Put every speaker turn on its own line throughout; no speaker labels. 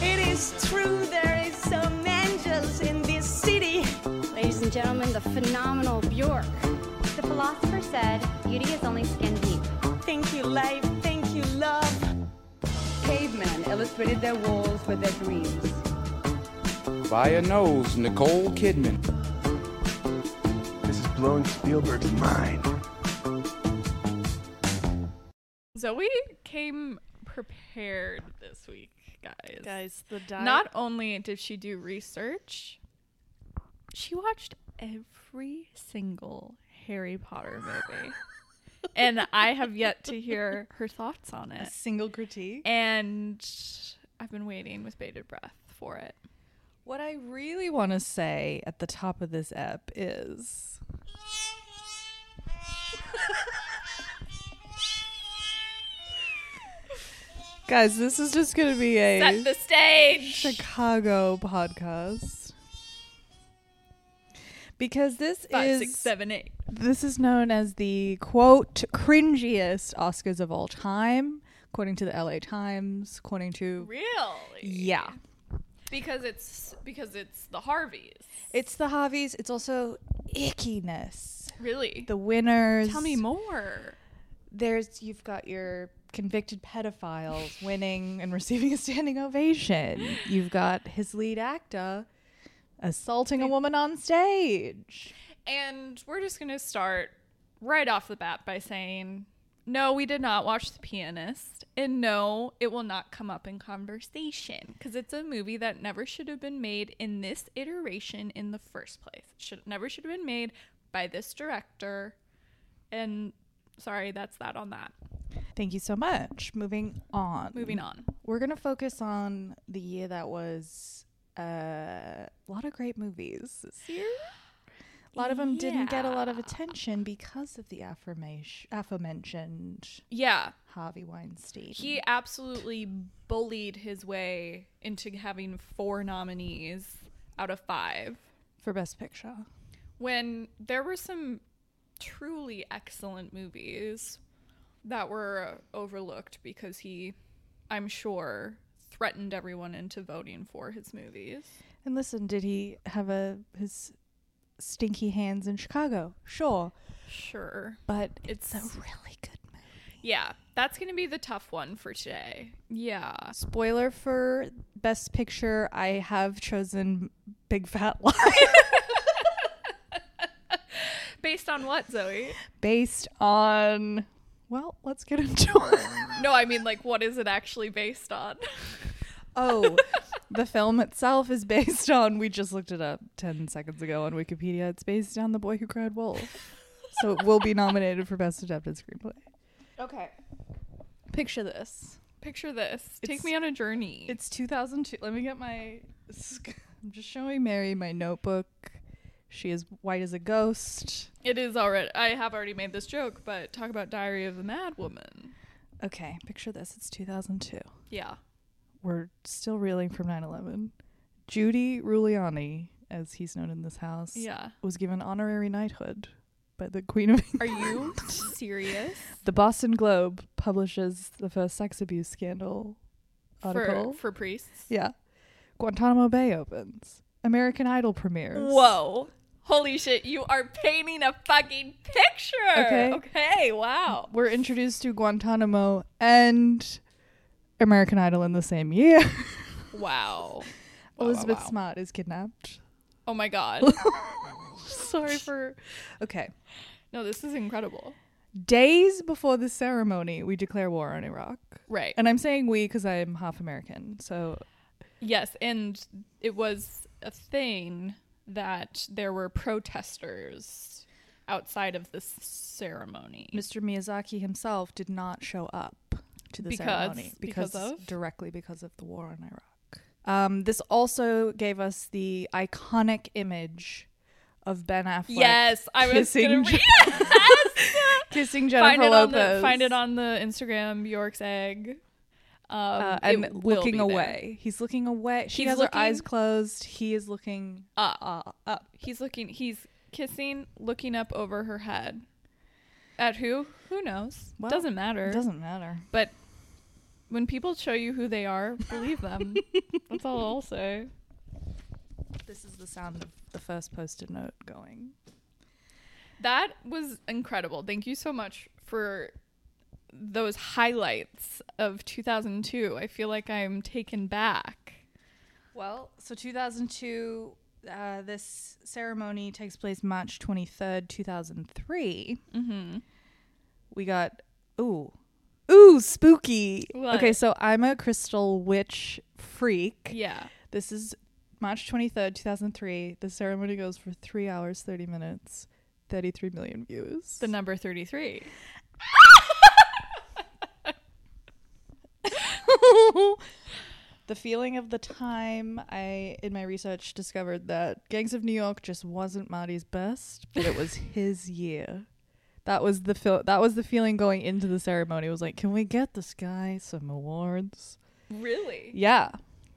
is true, there is some angels in this city.
Ladies and gentlemen, the phenomenal Bjork.
The philosopher said, beauty is only skin deep.
Thank you, life. Thank you, love.
Cavemen illustrated their walls with their dreams.
By a nose, Nicole Kidman.
This is blowing Spielberg's mind.
So we came prepared this week, guys.
Guys, the diet.
Not only did she do research, she watched every single Harry Potter movie. and I have yet to hear her thoughts on
a
it.
single critique.
And I've been waiting with bated breath for it.
What I really want to say at the top of this ep is Guys, this is just going to be
Set
a
the stage.
Chicago podcast. Because this
Five,
is
six, seven, eight.
this is known as the quote cringiest Oscars of all time, according to the LA Times, according to
Really?
yeah.
Because it's because it's the Harveys.
It's the hobbies. It's also ickiness.
Really?
The winners.
Tell me more.
There's you've got your convicted pedophiles winning and receiving a standing ovation. You've got his lead actor assaulting a woman on stage.
And we're just going to start right off the bat by saying no, we did not watch The Pianist. And no, it will not come up in conversation because it's a movie that never should have been made in this iteration in the first place. It should never should have been made by this director. And sorry, that's that on that.
Thank you so much. Moving on.
Moving on.
We're gonna focus on the year that was uh, a lot of great movies this year. A lot of them didn't get a lot of attention because of the affirmation, aforementioned
Yeah,
Harvey Weinstein.
he absolutely bullied his way into having four nominees out of five.
for Best Picture.
when there were some truly excellent movies that were overlooked because he, I'm sure, threatened everyone into voting for his movies.
And listen, did he have a his stinky hands in Chicago? Sure,
Sure.
but
It's-
it's, a really good movie.
Yeah, that's going to be the tough one for today. Yeah.
Spoiler for Best Picture, I have chosen Big Fat Lie
Based on what, Zoe?
based on. Well, let's get into it.
No, I mean, like, what is it actually based on?
Oh, the film itself is based on. We just looked it up 10 seconds ago on Wikipedia. It's based on The Boy Who Cried Wolf. So it will be nominated for Best Adapted Screenplay.
Okay.
Picture this.
Picture this. Take
It's-
me on a journey.
It's 2002. Let me get my. sc- I'm just showing Mary my notebook. She is white as a ghost.
It is already. I have already made this joke, but talk about Diary of the Mad Woman.
Okay, picture this. It's 2002.
Yeah.
We're still reeling from 9 11. Judy Ruliani, as he's known in this house,
Yeah.
was given honorary knighthood by the Queen of England.
Are you serious?
The Boston Globe publishes the first sex abuse scandal
for
article.
for priests?
yeah. Guantanamo Bay opens. American Idol premieres.
Whoa. Holy shit, you are painting a fucking picture.
Okay.
Okay, wow.
We're introduced to Guantanamo and American Idol in the same year.
Wow.
Elizabeth
wow.
Smart is kidnapped.
Oh my god.
Sorry for. Okay.
No, this is incredible.
Days before the ceremony, we declare war on Iraq.
Right.
And I'm saying we because I'm half American. So
yes, and it was a thing that there were protesters outside of this ceremony.
Mr. Miyazaki himself did not show up to the
Because-
ceremony
because of?
directly because of the war on Iraq. Um, this also gave us the iconic image of Ben Affleck.
Yes, I was gonna
kissing
read.
Je-
Yes!
kissing
find
Jennifer
it on
Lopez.
the find it on the Instagram Bjork's egg. Um,
uh,
it will
and
be
looking
there.
away. He's looking away. She
He's
has
looking-
her eyes closed. He is looking
Up.
uh, up.
He's looking. He's kissing, looking up over her head. At who? Who knows?
Well,
doesn't matter.
It doesn't matter.
But when people show you who they are, believe them. That's all I'll say.
This is the sound of the first post-it note going.
That was incredible. Thank you so much for those highlights of 2002. I feel like I'm taken back.
Well, so 2002, uh, this ceremony takes place March 23rd, 2003. Mm-hmm. We got, ooh, ooh, spooky.
What?
Okay, so I'm a crystal witch freak.
Yeah.
This is March 23rd, 2003. The ceremony goes for three hours, 30 minutes, 33 million views.
The number 33.
the feeling of the time i in my research discovered that gangs of new york just wasn't marty's best but it was his year that was the feel that was the feeling going into the ceremony it was like can we get this guy some awards
Really?
yeah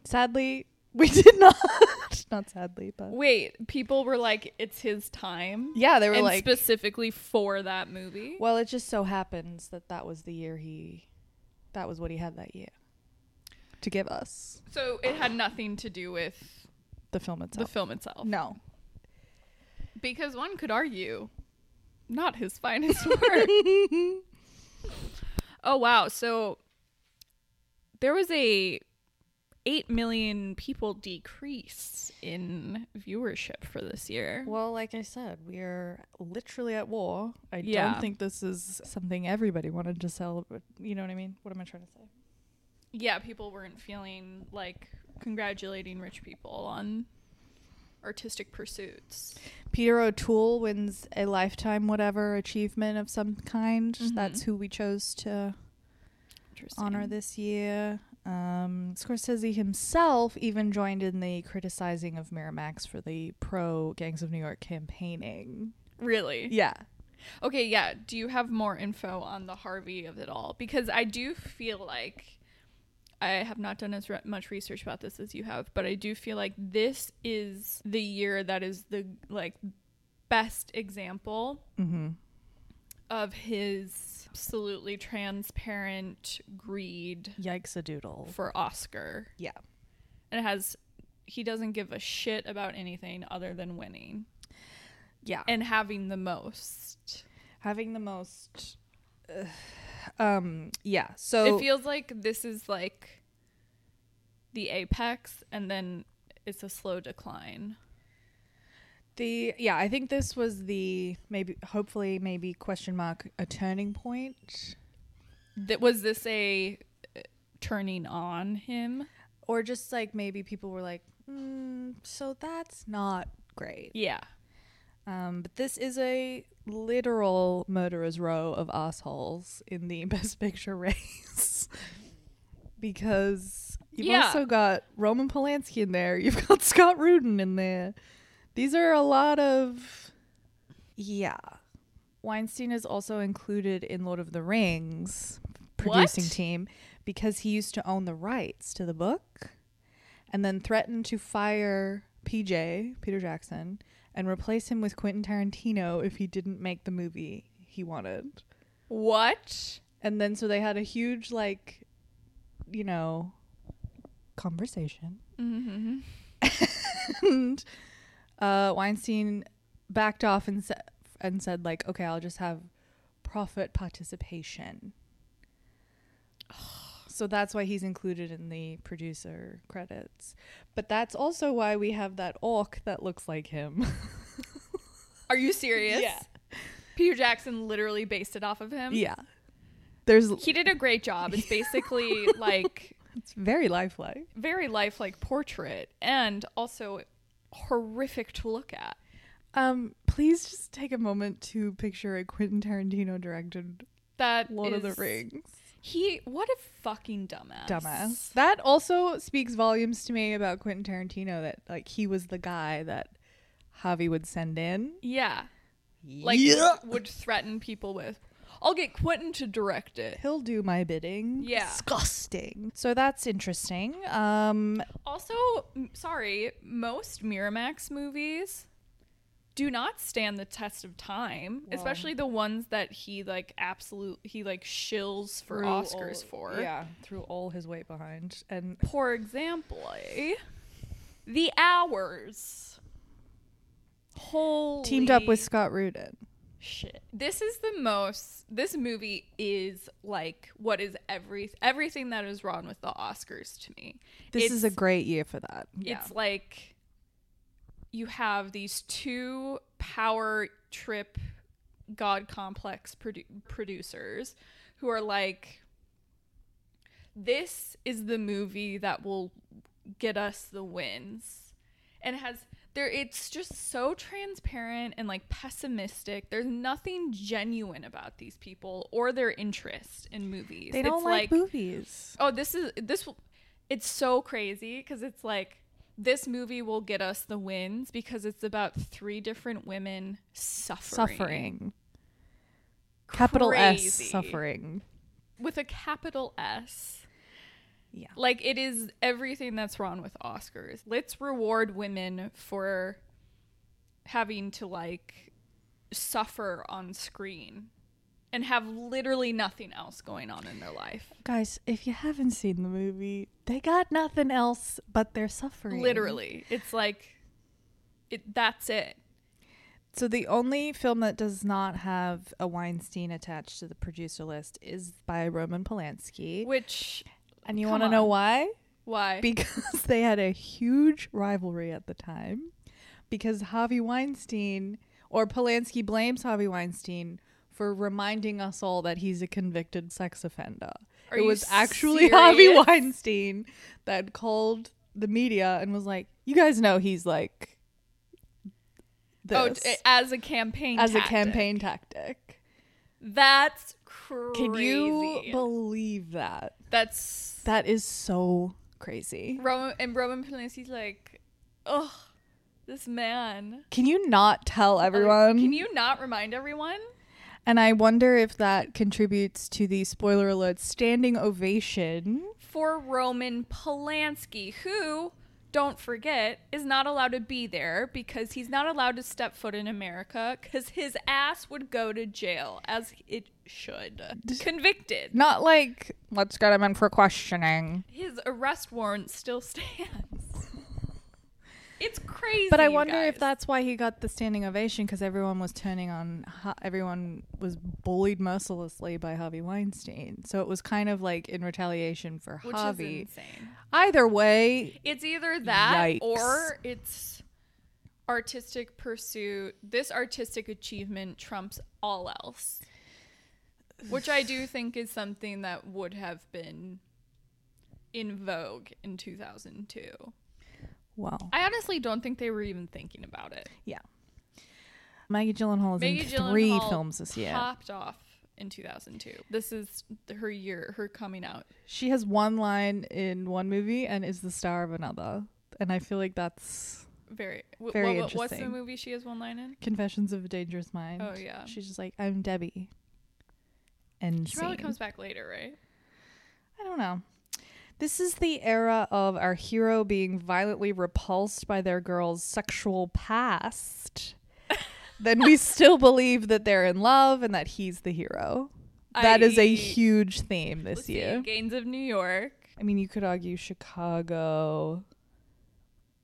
sadly we did not not sadly but
Wait, people were like, it's his time?
yeah they were
and
like
specifically for that movie?
well it just so happens that that was the year he that was what he had that year to give us
So it had nothing to do with
the film
the
itself
film itself.
no
Because one could argue, not his finest work. oh wow! So there was a eight million people decrease in viewership for this year.
Well, like I said, we're literally at war. I
Yeah.
don't think this is something everybody wanted to celebrate. You know what I mean? What am I trying to say?
Yeah, people weren't feeling like congratulating rich people on artistic pursuits.
Peter O'Toole wins a lifetime whatever achievement of some kind. That's who we chose to
Interesting.
honor this year. Um, Scorsese himself even joined in the criticizing of Miramax for the pro Gangs of New York campaigning.
Really?
Yeah.
Okay, yeah. Do you have more info on the Harvey of it all? Because I do feel like I have not done as re- much research about this as you have, but I do feel like this is the year that is the like best example of his absolutely transparent greed
Yikes a doodle.
for Oscar.
Yeah.
And it has he doesn't give a shit about anything other than winning
Yeah.
and having the most.
having the most Ugh. um yeah so
it feels like this is like the apex and then it's a slow decline
the yeah i think this was the maybe hopefully maybe question mark a turning point
that was this a uh, turning on him
or just like maybe people were like mm, so that's not great
yeah
um but this is a literal murderer's row of assholes in the best picture race because you've
Yeah.
also got roman polanski in there you've got scott rudin in there these are a lot of yeah weinstein is also included in lord of the rings producing
What?
team because he used to own the rights to the book and then threatened to fire pj peter jackson and replace him with quentin tarantino if he didn't make the movie he wanted
what
and then so they had a huge like, you know, conversation. Mm-hmm. and uh, Weinstein backed off and said and said like, okay, I'll just have profit participation. So that's why he's included in the producer credits. But that's also why we have that orc that looks like him.
are you serious
Yeah.
peter jackson literally based it off of him
yeah. There's
he did a great job it's basically like
it's very lifelike.
very lifelike portrait and also horrific to look at
Um, please just take a moment to picture a Quentin Tarantino directed
that
Lord of the
is-
Rings.
he what a fucking dumbass
Dumbass. That also speaks volumes to me about Quentin Tarantino that like he was the guy that Javi would send in.
Yeah. Like would threaten people with. I'll get Quentin to direct it.
He'll do my bidding.
Yeah.
Disgusting. So that's interesting. Um
Also, m- sorry, most Miramax movies do not stand the test of time, especially the ones that he like absolute he like shills for Oscars
all,
for.
Yeah, threw all his weight behind, and
For example, eh, The Hours. Holy
teamed up with Scott Rudin.
shit. This is the most. This movie is like what is every everything that is wrong with the Oscars to me.
This
It's-
is a great year for that.
It's like you have these two power trip god complex produ- producers who are like this is the movie that will get us the wins and it has there it's just so transparent and like pessimistic there's nothing genuine about these people or their interest in movies
They don't
It's
like, movies.
Oh, this is this. will- It's so crazy because it's like this movie will get us the wins because it's about three different women suffering,
Suffering. Capital S
Crazy.
suffering.
with a capital S.
Yeah.
Like it is everything that's wrong with Oscars. Let's reward women for having to like suffer on screen and have literally nothing else going on in their life.
Guys, if you haven't seen the movie, they got nothing else but their suffering.
Literally. It's like it that's it.
So the only film that does not have a Weinstein attached to the producer list is by Roman Polanski.
Which
and you
come
want to know
on.
why?
why?
Because they had a huge rivalry at the time. Because Harvey Weinstein or Polanski blames Harvey Weinstein for reminding us all that he's a convicted sex offender.
Are
it
you
was actually Harvey
serious?
Weinstein that called the media and was like, "You guys know he's like this
oh, t- as a campaign
as
tactic.
a campaign tactic."
That's crazy.
Can you believe that?
That's
That is so crazy.
Roman and Roman Polanski's like, oh, this man.
Can you not tell
Like,
everyone?
Can you not remind everyone?
And I wonder if that contributes to the spoiler alert standing ovation.
For Roman Polanski, who, don't forget, is not allowed to be there because he's not allowed to step foot in America because his ass would go to jail as it should. Convicted.
Not like, let's get him in for questioning.
his arrest warrant still stands. It's crazy.
But I
you
wonder if
guys.
that's why he got the standing ovation because everyone was turning on, Ha- everyone was bullied mercilessly by Harvey Weinstein. So it was kind of like in retaliation for
which is
Harvey.
insane.
Either way,
It's either that
Yikes.
or it's artistic pursuit. This artistic achievement trumps all else. Which I do think is something that would have been in vogue in 2002.
well,
I honestly don't think they were even thinking about it.
yeah. Maggie Gyllenhaal is
Maggie
in three
Gyllenhaal
films this year.
Popped off in 2002. This is her year, her coming out.
She has one line in one movie and is the star of another. And I feel like that's
Very, w-
Very
what, What's the
interesting.
movie she has one line in?
Confessions of a Dangerous Mind.
Oh, yeah.
She's just like, I'm Debbie. And
She probably comes back later, right?
I don't know. This is the era of our hero being violently repulsed by their girl's sexual past. then we still believe that they're in love and that he's the hero. That is
I-
a huge theme this
Let's see,
year.
Gains of New York.
I mean, you could argue Chicago.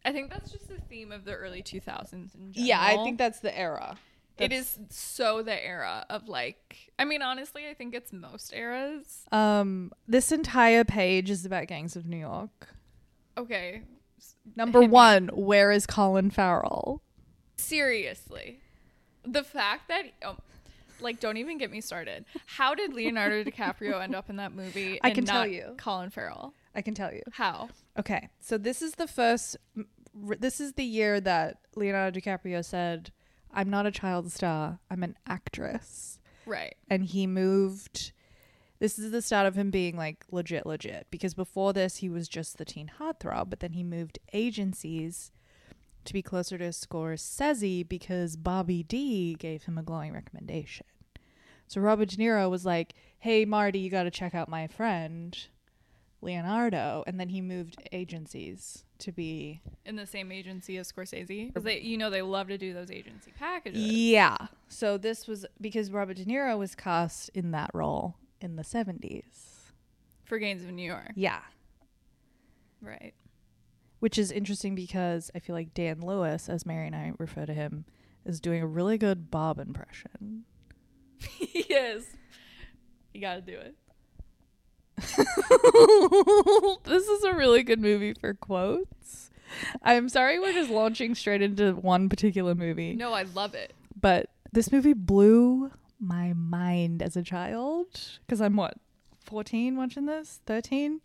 I think that's just the theme of the early 2000s in general.
Yeah, I think that's the era.
it is so the era of like. I mean, honestly, I think it's most eras.
Um, this entire page is about gangs of New York.
Okay,
Number one, where is Colin Farrell?
seriously, the fact that. Oh, like, don't even get me started. How did Leonardo DiCaprio end up in that movie?
I
and
can tell
not
you.
Colin Farrell.
I can tell you.
How?
Okay, so this is the first. r- This is the year that Leonardo DiCaprio said, "I'm not a child star. I'm an actress,"
Right.
and he moved. This is the start of him being like legit, legit. Because before this, he was just the teen heartthrob, but then he moved agencies to be closer to Scorsese because Bobby D gave him a glowing recommendation. So Robert De Niro was like, "Hey Marty, you got to check out my friend Leonardo, and then he moved agencies to be
in the same agency as Scorsese. 'Cause They, you know, they love to do those agency packages.
Yeah. So this was because Robert De Niro was cast in that role in the 70s.
for Gains of New York.
Yeah.
Right.
Which is interesting because I feel like Dan Lewis, as Mary and I refer to him, is doing a really good Bob impression.
yes. You got to do it.
this is a really good movie for quotes. I'm sorry we're just launching straight into one particular movie,
No, I love it.
but this movie blew my mind as a child because I'm what, 14 watching this? 13?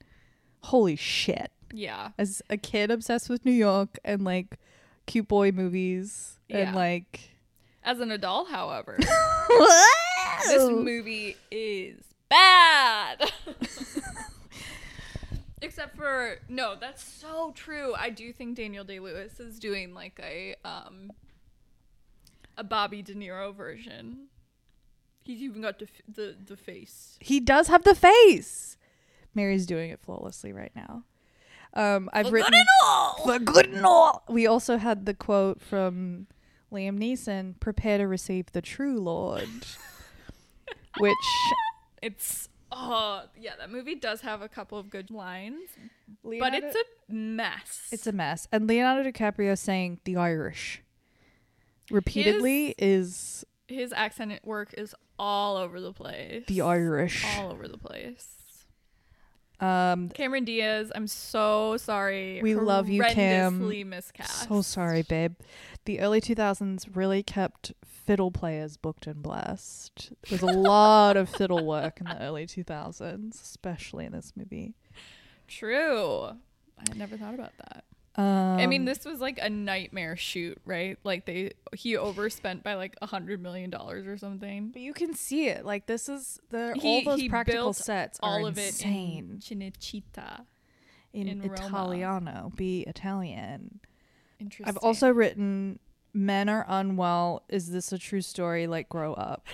Holy shit.
Yeah.
as a kid obsessed with New York and like cute boy movies and
Yeah.
like
As an adult, however, this movie is bad. Except for no, that's so true. I do think Daniel Day Lewis is doing like a um a Bobby De Niro version. He's even got the f- the, the face.
he does have the face. Mary's doing it flawlessly right now. Um, I've written for good and all. We also had the quote from Liam Neeson: "Prepare to receive the true Lord," which
It's oh yeah, that movie does have a couple of good lines, but
Leonardo-
it's a mess.
it's a mess. And Leonardo DiCaprio saying "the Irish" repeatedly is
his accent at work is all over the place.
the Irish.
all over the place.
Um,
Cameron Diaz, I'm so sorry.
We love you, Cam.
Horrendously miscast.
So sorry, babe. The early 2000s really kept fiddle players booked and blessed. There was a lot of fiddle work in the early 2000s, especially in this movie.
True. I had never thought about that.
Um,
I mean, this was like a nightmare shoot, right? Like they he overspent by like a hundred million dollars or something.
but you can see it. Like this is the
He-
all those
he
practical
built
sets
all
are
of
insane.
it in Cinecittà.
in,
in Roma.
Italiano, be Italian.
Interesting.
I've also written men are unwell. Is this a true story? Like grow up.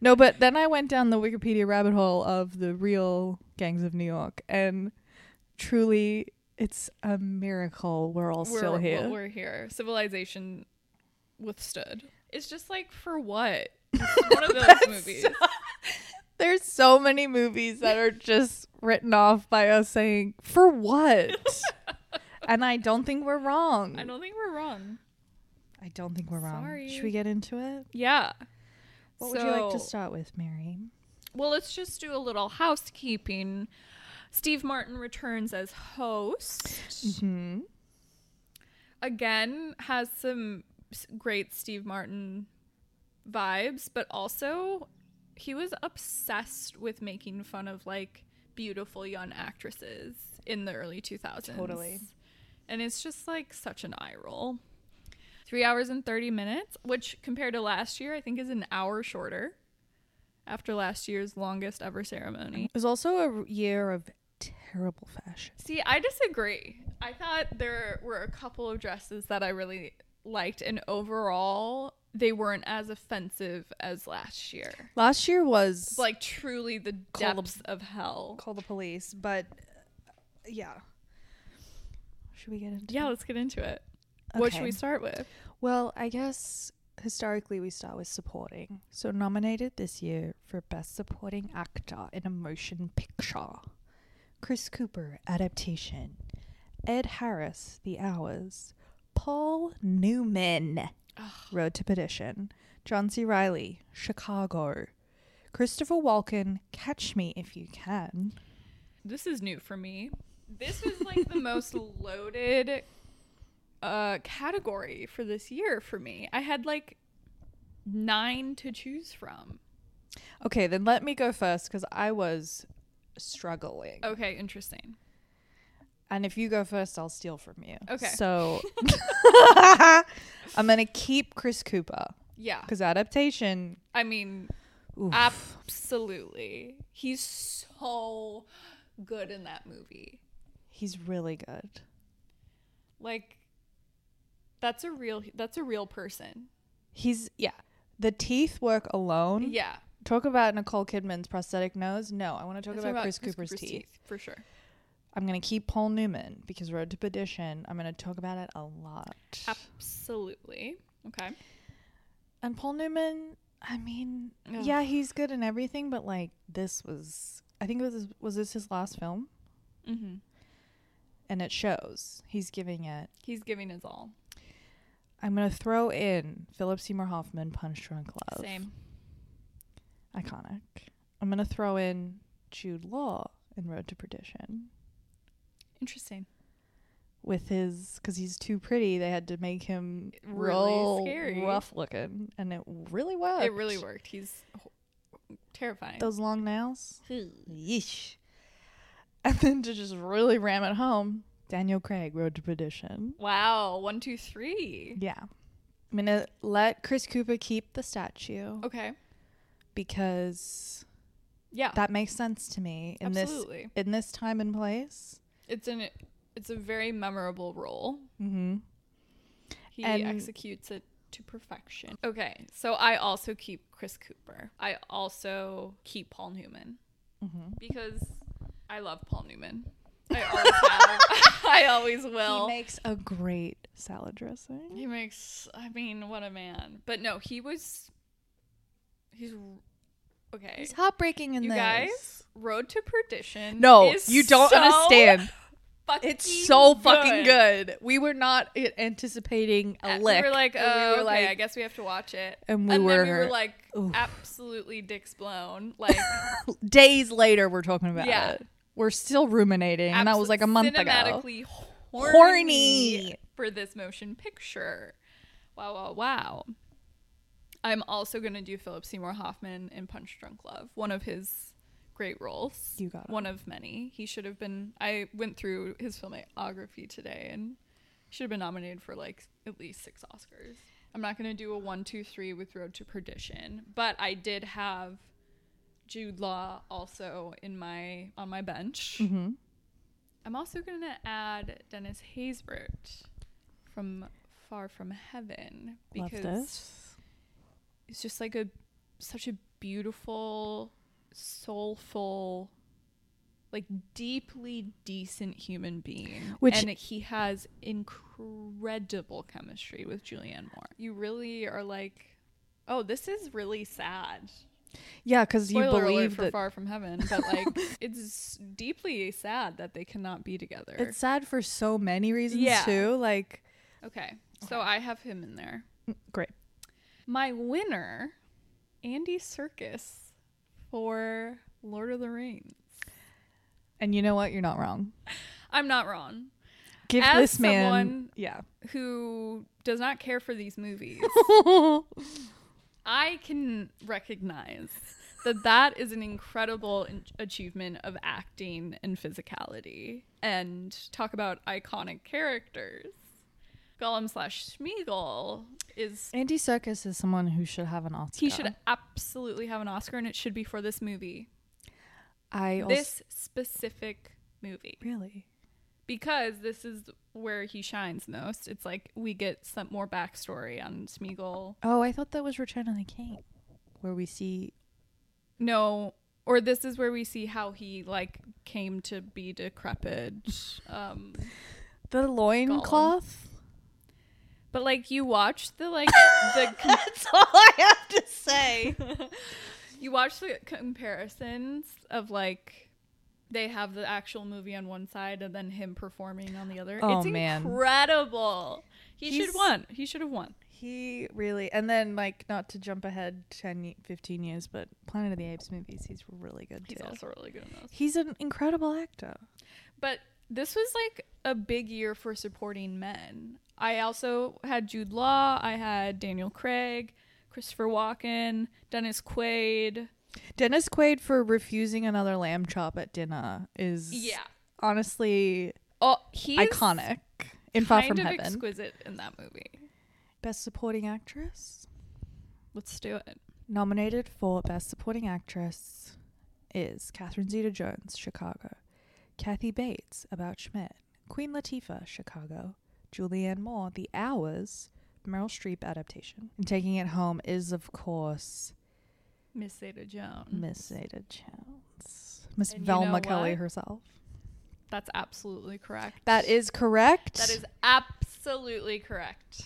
no, but then I went down the Wikipedia rabbit hole of the real gangs of New York and truly it's a miracle we're all
we're,
still here.
We're here. Civilization withstood. It's just like for what? It's one of those movies.
There's so many movies that are just written off by us saying for what? and I don't think we're wrong.
I don't think we're wrong.
I don't think we're wrong.
Sorry.
Should we get into it?
Yeah.
What would you like to
So-
start with, Mary?
Well, let's just do a little housekeeping. Steve Martin returns as host. Again, has some s- great Steve Martin vibes, but also he was obsessed with making fun of like beautiful young actresses in the early 2000s.
Totally.
And it's just like such an eye roll. Three hours and 30 minutes, which compared to last year, I think is an hour shorter after last year's longest ever ceremony.
It was also a r- year of terrible fashion.
See, I disagree. I thought there were a couple of dresses that I really liked, and overall, they weren't as offensive as last year.
Last year was
It's like truly the depths of hell.
call the police, but uh, yeah. Should we get into?
Yeah, let's get into it. What should
Okay.
we start with?
Well, I guess historically we start with supporting. So nominated this year for best supporting actor in a motion picture, Chris Cooper adaptation, Ed Harris The Hours, Paul Newman Road to Perdition, John C. Riley Chicago, Christopher Walken Catch Me If You Can.
This is new for me. This is like the most loaded uh category for this year for me. I had like 9 to choose from.
Okay, then let me go first because I was struggling.
Okay, interesting.
And if you go first, I'll steal from you.
Okay.
So I'm going to keep Chris Cooper
Yeah.
because adaptation.
I mean, absolutely. He's so good in that movie.
He's really good.
Like that's a real that's a real person.
He's, yeah. The teeth work alone
Yeah.
Hmm? Talk about Nicole Kidman's prosthetic nose. No, I want to talk about, Chris, Cooper's, teeth.
for sure.
I'm gonna keep Paul Newman because Road to Perdition. I'm gonna talk about it a lot.
Absolutely. Okay.
And Paul Newman, I mean, yeah, he's good in everything, but like this was, I think it was was this his last film,
Mm-hmm.
and it shows. He's giving it.
He's giving his all.
I'm gonna throw in Philip Seymour Hoffman, Punch Drunk Love,
Same.
iconic. I'm gonna throw in Jude Law in Road to Perdition.
Interesting.
with his because he's too pretty. They had to make him
Really
real
scary.
rough looking, and it really worked.
It really worked. He's ho- terrifying.
Those long nails, yeesh. And then to just really ram it home, Daniel Craig, Road to Perdition.
wow. One, two, three.
Yeah, I'm gonna let Chris Cooper keep the statue
Okay.
because
Yeah.
that makes sense to me in
Absolutely.
this in this time and place.
it's an it's a very memorable role.
Mm-hmm.
He
And-
executes it to perfection. Okay, so I also keep Chris Cooper. I also keep Paul Newman
Mm-hmm.
because I love Paul Newman. I always have. I always will.
he
He,
makes a great salad dressing.
makes. I mean, what a man! But no, he was. He's okay.
He's heartbreaking in
you
this.
guys, Road to Perdition.
No,
is
you don't
so
understand.
fucking
It's so fucking good. We were not i- anticipating a lick.
We were like,
And
oh,
we were
okay,
like,
I guess we have to watch it.
And we
then we
were-
were like,
oof.
absolutely dicks blown. Like,
days later, we're talking about
Yeah.
it. We're still ruminating, and that was like a month ago.
cinematically ago. Horny,
Horny.
for this motion picture. Wow, wow, wow. I'm also gonna do Philip Seymour Hoffman in Punch Drunk Love, one of his great roles.
You got it.
one of many. He should have been. I went through his filmography today and should have been nominated for like at least six Oscars. I'm not gonna do a one, two, three with Road to Perdition, but I did have Jude Law also in my on my bench.
Mm-hmm.
I'm also going to add Dennis Haysbert from Far From Heaven
Love
because
this.
he's just like a such a beautiful, soulful, like deeply decent human being.
Which-
and he has incredible chemistry with Julianne Moore. You really are like, oh, this is really sad.
Yeah, because you
Spoiler alert
believe
for
that
Far From Heaven, but like it's deeply sad that they cannot be together.
it's sad for so many reasons
Yeah.
too. Like,
Okay. So I have him in there.
great.
My winner, Andy Circus for Lord of the Rings.
And you know what? You're not wrong.
I'm not wrong.
Give
As
this man,
someone-
yeah,
Who does not care for these movies? I can recognize that that is an incredible in- achievement of acting and physicality. And talk about iconic characters. Gollum slash Smeagol is
Andy Serkis is someone who should have an Oscar.
he should absolutely have an Oscar, and it should be for this movie.
I also,
this specific movie
really.
because this is where he shines most. It's like we get some more backstory on Smeagol.
Oh, I thought that was Return of the King, where we see
No, or this is where we see how he like came to be decrepit. Um,
the loin cloth.
but like you watch the like the com-
That's all I have to say.
you watch the comparisons of like they have the actual movie on one side and then him performing on the other.
Oh,
it's
man.
incredible. He
He's-
should won. He should have won.
He really, and then like not to jump ahead 10, ye- 15 years, but Planet of the Apes movies, he's really good too.
He's also really good in those.
He's an incredible actor.
But this was like a big year for supporting men. I also had Jude Law, I had Daniel Craig, Christopher Walken, Dennis Quaid.
Dennis Quaid for refusing another lamb chop at dinner is honestly
Oh, he's
iconic in Far
Kind
From
of
Heaven.
exquisite in that movie.
Best supporting actress
Let's do it.
nominated for best supporting actress is Catherine Zeta-Jones, Chicago, Kathy Bates, About Schmidt, Queen Latifah, Chicago, Julianne Moore, The Hours, Meryl Streep adaptation. And taking it home is of course
Miss Ada Jones.
Miss Ada Jones. Miss
Mm. And you
Velma
know
Kelly
what?
herself.
That's absolutely correct.
That is correct.
That is absolutely correct.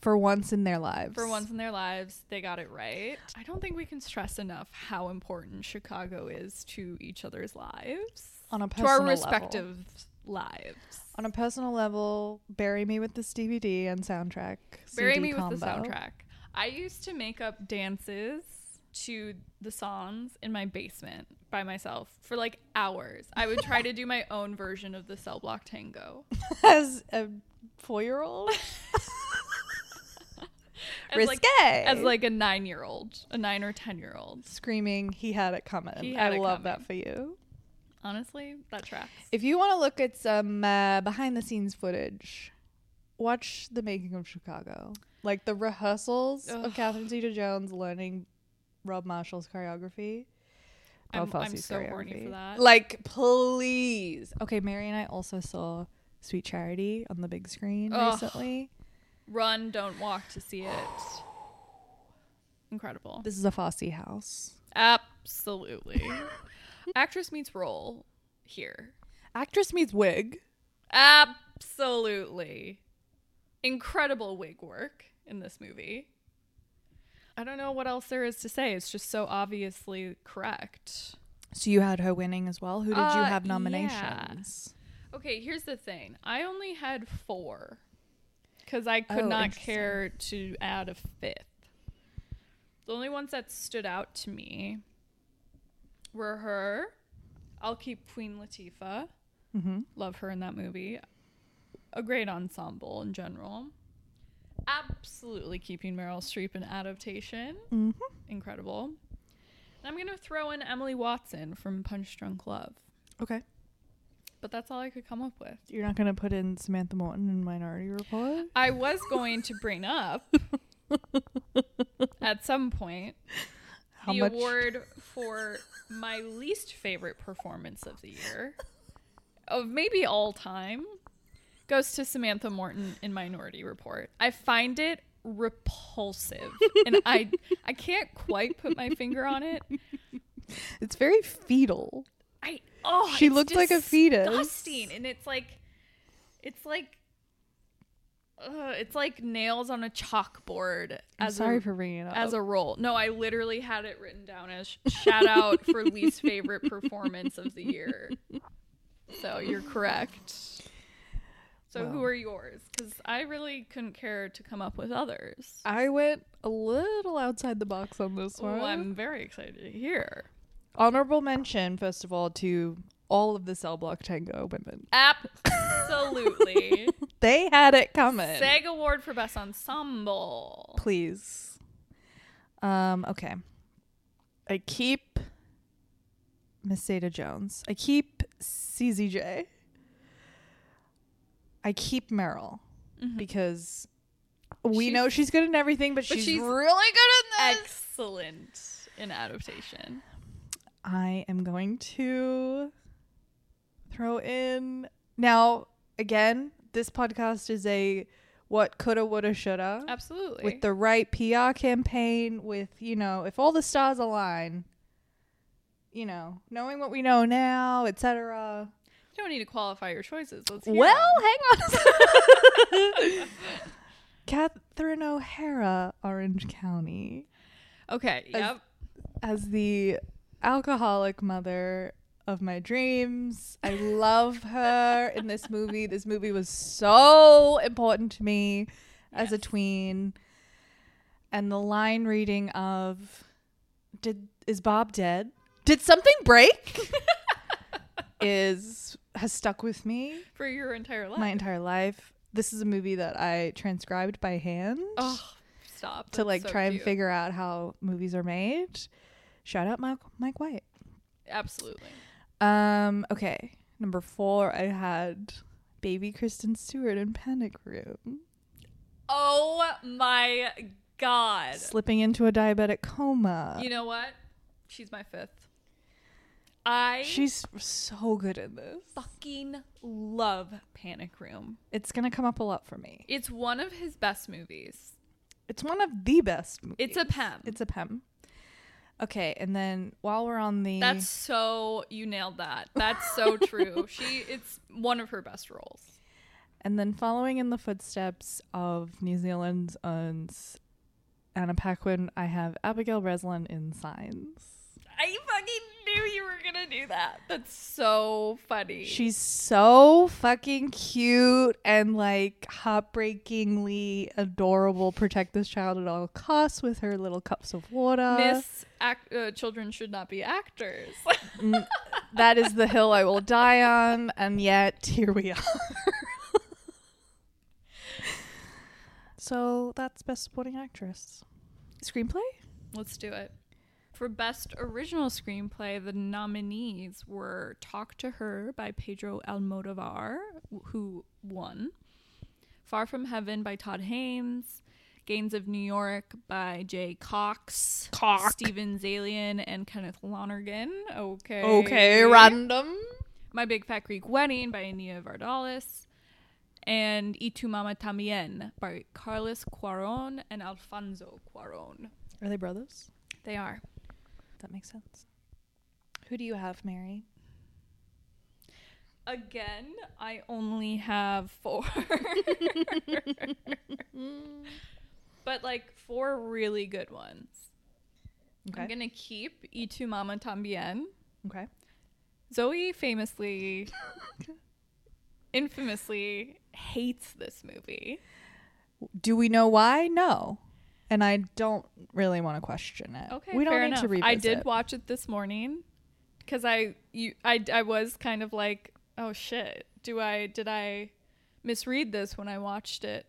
for once in their lives.
For once in their lives, they got it right. I don't think we can stress enough how important Chicago is to each other's lives,
on a
to
personal
our
level.
respective lives.
on a personal level, bury me with this DVD and soundtrack.
Bury
CD
Me with
combo.
the soundtrack. I used to make up dances to the songs in my basement by myself for like hours. I would try to do my own version of the cell block tango.
as a four-year-old.
As like-
Risque.
as like a nine year old, a nine or ten year old.
Screaming, he had it coming.
He
I
had it
love
coming.
that for you.
Honestly, that tracks.
If you want to look at some uh, behind the scenes footage, watch the making of Chicago. Like the rehearsals of Catherine Zeta Jones learning Rob Marshall's choreography.
I'm-
Bob
I'm
Fosse's
so horny for that.
Like, please. Okay, Mary and I also saw Sweet Charity on the big screen
Ugh.
recently.
Run, don't walk to see it. Incredible.
This is a Fosse house.
Absolutely. Actress meets role here.
Actress meets wig.
Absolutely. Incredible wig work in this movie. I don't know what else there is to say. It's just so obviously correct.
So you had her winning as well. Who did you
Uh,
have
yeah.
nominations?
Okay, here's the thing. I only had four because I could
Oh,
not
interesting.
care to add a fifth. The only ones that stood out to me were her. I'll keep Queen Latifah.
Mm-hmm.
Love her in that movie. A great ensemble in general. Absolutely keeping Meryl Streep in adaptation.
Mm-hmm.
Incredible. And I'm going to throw in Emily Watson from Punch Drunk Love.
Okay.
But that's all I could come up with.
You're not going to put in Samantha Morton in Minority Report?
I was going to bring up at some point
How
the
much?
award for my least favorite performance of the year, of maybe all time, goes to Samantha Morton in Minority Report. I find it repulsive, and I I can't quite put my finger on it.
It's very fetal.
I oh,
She
it's
looked like a fetus.
Disgusting, and it's like, it's like, uh, it's like nails on a chalkboard.
I'm
as
sorry
a,
for bringing it up.
as a role. No, I literally had it written down as sh- shout out for least favorite performance of the year. So you're correct. So who are yours? Because I really couldn't care to come up with others.
I went a little outside the box on this one.
Well, I'm very excited to hear.
Honorable mention, first of all, to all of the cell block tango women.
Absolutely.
They had it coming.
SAG Award for Best Ensemble.
Please. Um, okay. I keep Miss Ada Jones. I keep CZJ. I keep Meryl because we
Mm-hmm. She's-
know she's good in everything, but, she's,
she's
really good in this.
Excellent in adaptation.
I am going to throw in now again. This podcast is a what coulda, woulda, shoulda
Absolutely.
with the right PR campaign. With you know, if all the stars align, you know, knowing what we know now, etc.
you don't need to qualify your choices. Let's hear
Well,
them.
hang on. Catherine O'Hara, Orange County,
Okay.
as-
Yep.
as the alcoholic mother of my dreams. I love her in this movie. This movie was so important to me as a tween. And the line reading of did is Bob dead? Did something break? is has stuck with me
For your entire life.
my entire life. This is a movie that I transcribed by hand
Oh, stop.
to
That's
like
so
try and
cute.
figure out how movies are made. Shout out Mike, Mike White.
Absolutely.
Um, okay. Number four, I had baby Kristen Stewart in Panic Room,
Oh my God.
slipping into a diabetic coma.
You know what? She's my fifth. I
She's so good in this.
fucking love Panic Room.
It's gonna come up a lot for me.
It's one of his best movies.
It's one of the best movies.
It's a PEM.
It's a PEM. Okay, and then while we're on the
That's so you nailed that. That's so true. She it's one of her best roles.
and then following in the footsteps of New Zealand's own S- Anna Paquin, I have Abigail Breslin in Signs.
I fucking knew you were gonna do that. That's so funny.
She's so fucking cute and like heartbreakingly adorable. Protect this child at all costs with her little cups of water.
Miss act, uh, children should not be actors.
That is the hill I will die on, and yet here we are. so that's best supporting actress. Screenplay?
Let's do it. For best original screenplay, the nominees were Talk to Her by Pedro Almodovar, wh- who won, Far from Heaven by Todd Haynes, Gains of New York by Jay Cox, Cox. Steven Zalian, and Kenneth Lonergan. Okay.
random.
My Big Fat Greek Wedding by Ania Vardalis, and Y Tu Mama También by Carlos Cuaron and Alfonso Cuaron.
Are they brothers?
They are.
That makes sense. Who do you have, Mary?
Again, I only have four. but like four really good ones. I'm going to keep Y Tu Mama También.
okay.
Zoe famously, infamously hates this movie.
Do we know why? No. And I don't really want to question it.
Okay,
we don't
fair
need
enough.
to revisit.
I did watch it this morning because I you I I was kind of like, oh shit, do I did I misread this when I watched it?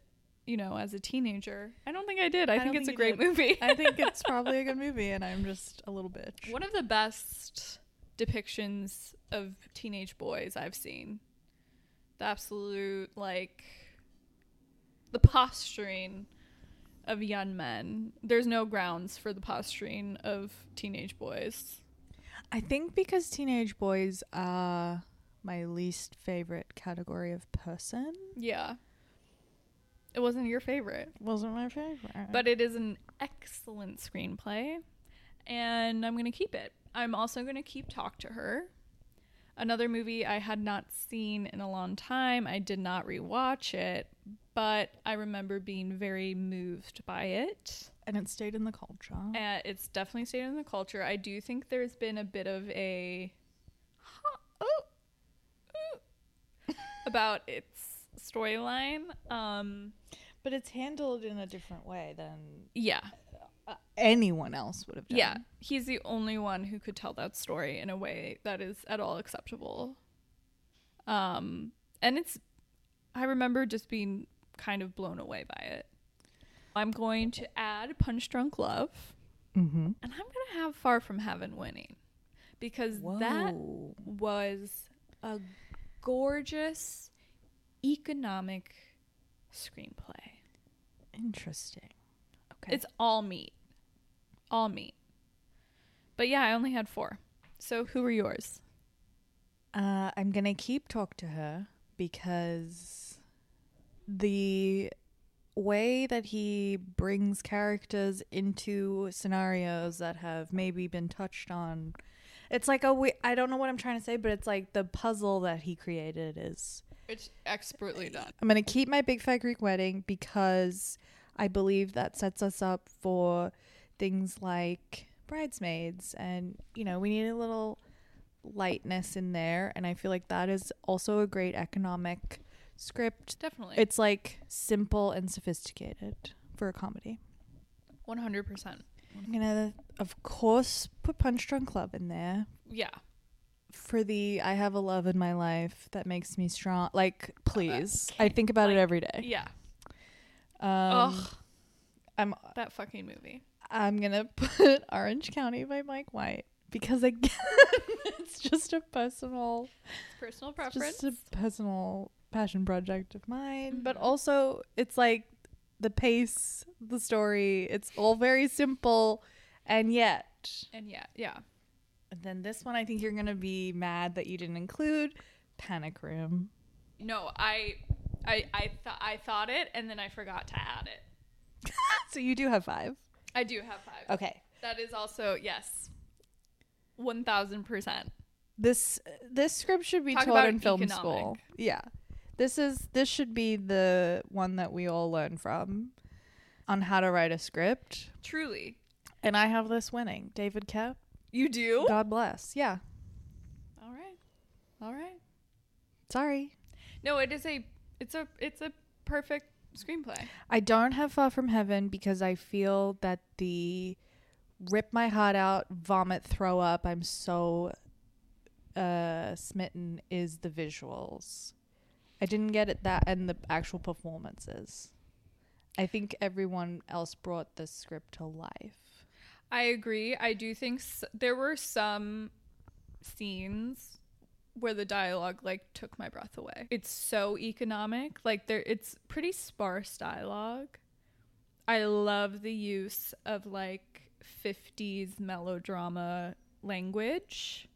You know, as a teenager, I don't think I did. I,
don't
think it's
think
a
you
great
did.
movie.
I think it's probably a good movie, and I'm just a little bitch.
one of the best depictions of teenage boys I've seen. The absolute like the posturing of young men. There's no grounds for the posturing of teenage boys.
I think because teenage boys are my least favorite category of person.
Yeah. It wasn't your favorite,
Wasn't my favorite.
but it is an excellent screenplay, and I'm going to keep it. I'm also going to keep Talk to Her. Another movie I had not seen in a long time. I did not rewatch it, but I remember being very moved by it.
and it stayed in the culture.
Uh, it's definitely stayed in the culture. I do think there's been a bit of a huh, oh, oh, about its storyline. Um,
But it's handled in a different way than
yeah,
anyone else would have done.
yeah. He's the only one who could tell that story in a way that is at all acceptable. Um, and it's, I remember just being kind of blown away by it. I'm going to add Punch Drunk Love,
Mm-hmm.
and I'm gonna have Far from Heaven winning because that was a gorgeous economic screenplay.
Interesting. Okay.
It's all meat. All meat. But yeah, I only had four. So who were yours?
Uh, I'm gonna keep talk to her because the way that he brings characters into scenarios that have maybe been touched on, it's like a we- I don't know what I'm trying to say, but it's like the puzzle that he created is
It's expertly done.
I'm going to keep my Big Fat Greek Wedding because I believe that sets us up for things like bridesmaids. And, you know, we need a little lightness in there. And I feel like that is also a great economic script.
Definitely.
It's like simple and sophisticated for a comedy.
100%.
I'm going to, of course, put Punch Drunk Club in there
Yeah.
for the I have a love in my life that makes me strong. Like, please. I think about it every day.
Yeah.
Um,
Ugh,
I'm
that fucking movie.
I'm gonna put Orange County by Mike White because again, it's just a personal,
It's personal
it's
preference. Mm-hmm.
just a personal passion project of mine. But also, it's like the pace, the story. It's all very simple, and yet.
and yeah, yeah.
And then this one, I think you're gonna be mad that you didn't include Panic Room.
No, I I I thought I thought it and then I forgot to add it.
So you do have five.
I do have five.
Okay.
That is also yes, one thousand percent.
This this script should be
Talk
taught
about
in film
economic.
school. Yeah. This is this should be the one that we all learn from on how to write a script.
Truly,
And I have this winning. David Kep.
you do.
God bless. Yeah.
All right, all right.
Sorry.
No, it is a it's a it's a perfect screenplay.
I don't have Far From Heaven because I feel that the rip my heart out, vomit, throw up, I'm so uh smitten is the visuals. I didn't get it that and the actual performances. I think everyone else brought the script to life.
I agree. I do think s- there were some scenes where the dialogue like took my breath away. It's so economic. Like there it's pretty sparse dialogue. I love the use of like 50s melodrama language.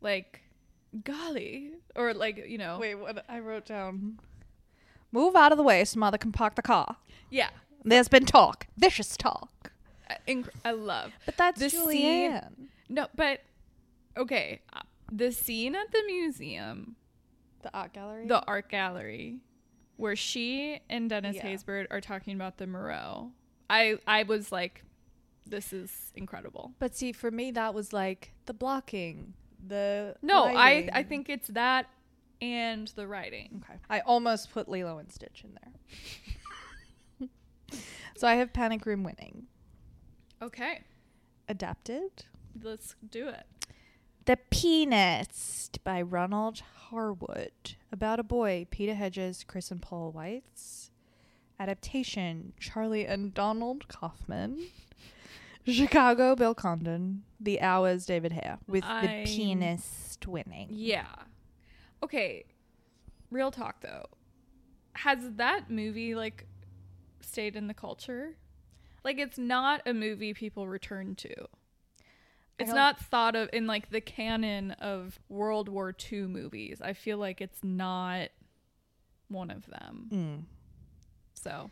Like golly or like, you know.
Wait, what I wrote down. Move out of the way so mother can park the car.
Yeah.
There's been talk, vicious talk.
I- inc- I love.
But that's
The scene-
Julianne.
No, but okay, uh, the scene at the museum
The art gallery.
the art gallery where she and Dennis
Yeah.
Haysbert are talking about the Moreau. I I was like, this is incredible.
But see, for me, that was like the blocking, the
No, I I
lighting.
think it's that and the writing.
Okay. I almost put Lilo and Stitch in there. so I have Panic Room winning.
Okay,
Adapted.
let's do it.
The Peanuts by Ronald Harwood. About a boy, Peter Hedges, Chris and Paul Weitz. Adaptation, Charlie and Donald Kaufman. Chicago, Bill Condon. The Hours, David Hare. With
I'm-
the pianist winning.
Yeah. Okay. Real talk though, has that movie like stayed in the culture? Like it's not a movie people return to. It's
don't-
not thought of in like the canon of World War II movies. I feel like it's not one of them. So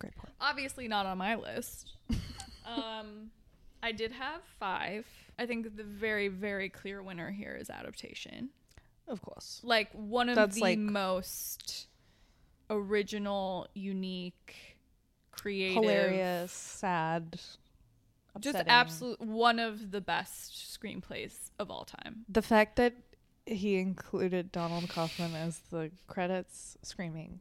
Great point.
obviously not on my list. um, I did have five. I think the very very clear winner here is adaptation
Of course.
like one of
That's
the
like-
most original, unique, creative,
Hilarious, sad.
just
upsetting.
absolute one of the best screenplays of all time.
The fact that he included Donald Kaufman as the credits screaming.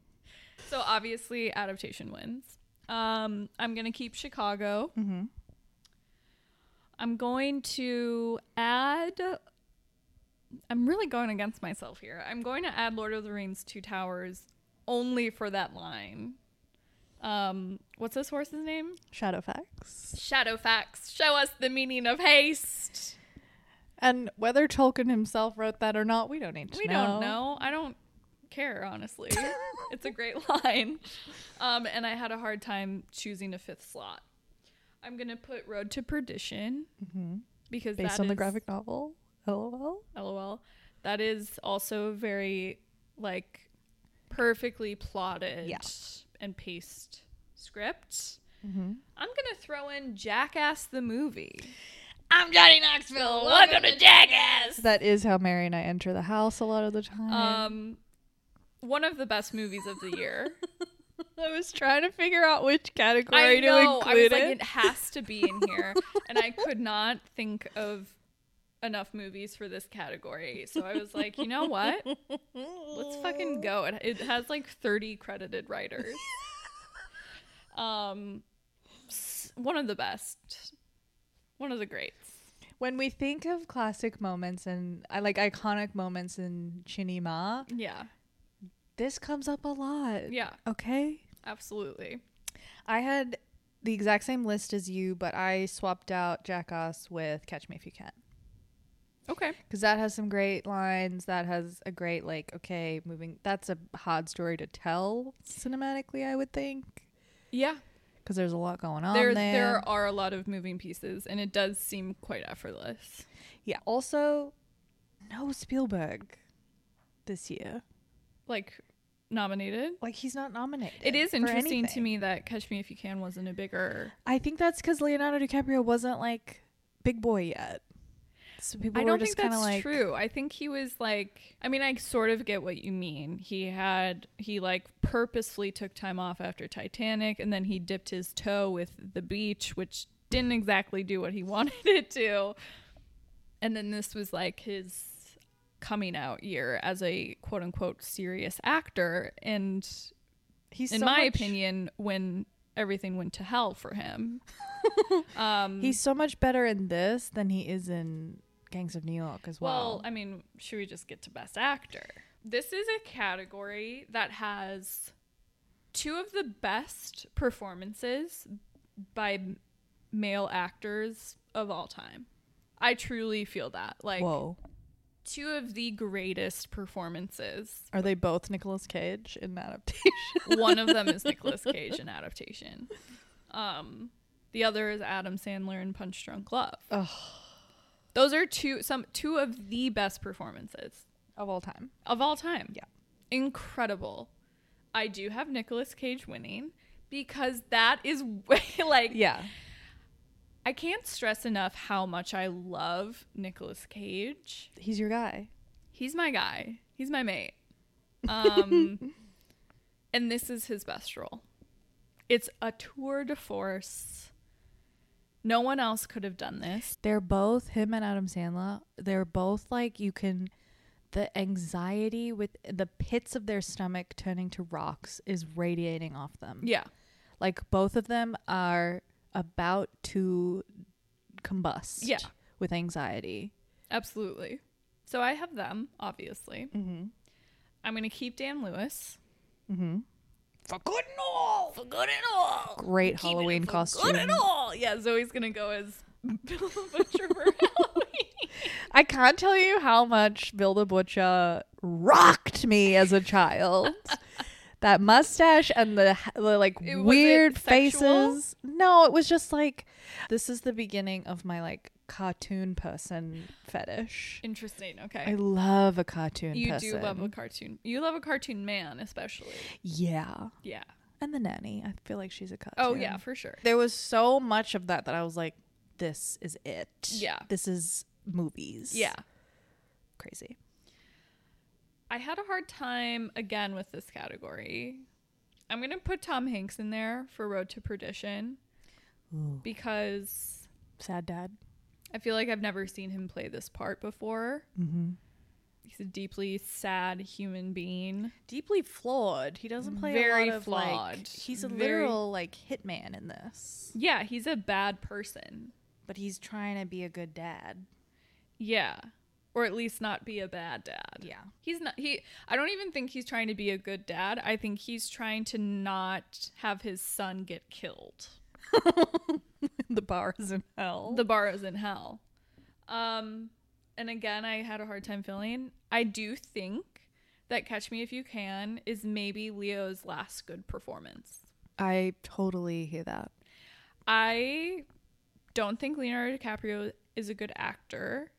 So obviously, adaptation wins. Um, I'm gonna keep Chicago.
Mm-hmm.
I'm going to add. I'm really going against myself here. I'm going to add Lord of the Rings: Two Towers only for that line. Um, what's this horse's name?
Shadowfax.
Shadowfax, show us the meaning of haste.
And whether Tolkien himself wrote that or not, we don't need to
We
know.
don't know. I don't care, honestly. it's a great line. Um, and I had a hard time choosing a fifth slot. I'm gonna put Road to Perdition because
Mm-hmm. Based
that
on the
is-
graphic novel. LOL.
LOL. That is also very like perfectly plotted
Yeah.
and paced script.
Mm-hmm.
I'm gonna throw in Jackass the movie. I'm Johnny Knoxville. Welcome to Jackass.
That is how Mary and I enter the house a lot of the time.
Um, one of the best movies of the year.
I was trying to figure out which category
I know. I was like, it has to be in here, and I could not think of enough movies for this category. So I was like, you know what? Let's fucking go. It, it has like 30 credited writers. Um, s- one of the best, one of the greats.
when we think of classic moments and I like iconic moments in Chinima,
Yeah,
this comes up a lot.
yeah,
Okay.
absolutely.
I had the exact same list as you, but I swapped out Jackass with Catch Me If You Can.
Okay.
Because that has some great lines. That has a great, like, okay, moving. That's a hard story to tell cinematically, I would think.
Yeah,
Because there's a lot going on
there
there.
there are a lot of moving pieces, and it does seem quite effortless.
yeah. Also, no Spielberg this year.
like nominated.
Like he's not nominated.
It is
for
interesting to
anything.
me that Catch Me If You Can wasn't a bigger.
I think that's because Leonardo DiCaprio wasn't like big boy yet. So people
I
were
don't think
just kind
that's
of like,
true. I think he was like. I mean, I sort of get what you mean. He had he like purposefully took time off after Titanic, and then he dipped his toe with the beach, which didn't exactly do what he wanted it to. And then this was like his coming out year as a quote unquote serious actor, and
he's
in
so
my
much-
opinion, when everything went to hell for him. um,
he's so much better in this than he is in Gangs of New York as well.
well, I mean, should we just get to best actor? This is a category that has two of the best performances by m- male actors of all time. I truly feel that. Like
Whoa,
two of the greatest performances.
are they both Nicolas Cage in that adaptation?
One of them is Nicolas Cage in adaptation. Um, the other is Adam Sandler in Punch Drunk Love.
Ugh.
Those are two some two of the best performances
of all time.
of all time.
Yeah.
Incredible. I do have Nicolas Cage winning because that is way like
Yeah,
I can't stress enough how much I love Nicolas Cage.
he's your guy.
He's my guy. He's my mate. Um and this is his best role. It's a tour de force. No one else could have done this.
They're both him and Adam Sandler. They're both like you can. The anxiety with the pits of their stomach turning to rocks is radiating off them.
Yeah.
Like both of them are about to combust
Yeah.
with anxiety.
Absolutely. So I have them, obviously. Mm-hmm. I'm going to keep Dan Lewis. Mm-hmm. For good and all. For good and all.
Great Halloween
Good and
costume.
all. Yeah, Zoe's going to go as Bill Butcher for Halloween.
I can't tell you how much Bill the Butcher rocked me as a child. that mustache and the, h- the like
It- was it
weird
sexual?
faces. No, it was just like this is the beginning of my like cartoon person fetish.
Interesting.
I
Okay.
love a cartoon
You
person.
do love a cartoon. You love a cartoon man, especially.
Yeah.
Yeah.
And the nanny. I feel like she's a cartoon.
Oh, yeah, for sure.
There was so much of that that I was like this is it.
Yeah.
This is movies.
Yeah.
Crazy.
I had a hard time again with this category. I'm going to put Tom Hanks in there for Road to Perdition because
Sad dad.
I feel like I've never seen him play this part before. Mm-hmm. He's a deeply sad human being.
deeply flawed. He doesn't play
Very
a lot of
flawed.
like he's a
Very-
literal like hitman in this,
Yeah, he's a bad person.
but he's trying to be a good dad.
Yeah. Or at least not be a bad dad.
Yeah.
He's not he I don't even think he's trying to be a good dad. I think he's trying to not have his son get killed.
the bar is in hell.
The bar is in hell. Um, and again, I had a hard time feeling. I do think that Catch Me If You Can is maybe Leo's last good performance.
I totally hear that.
I don't think Leonardo DiCaprio is a good actor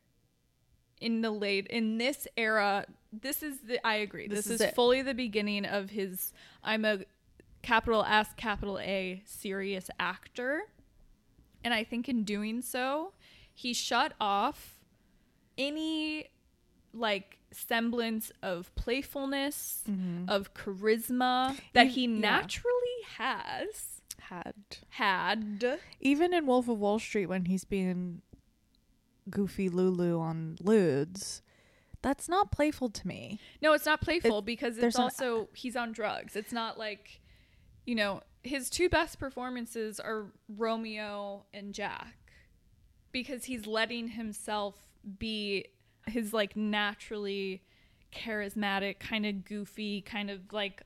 in the late in this era. This is the I agree. This,
This
is,
is it.
fully the beginning of his I'm a capital S capital A serious actor. And I think in doing so, he shut off any like semblance of playfulness, of charisma that he naturally has
Had
had.
even in Wolf of Wall Street when he's being goofy Lulu on lewds, that's not playful to me.
No, it's not playful because it's
there's an-
also he's on drugs. It's not like, you know, his two best performances are Romeo and Jack because he's letting himself be his like naturally charismatic, kind of goofy, kind of like,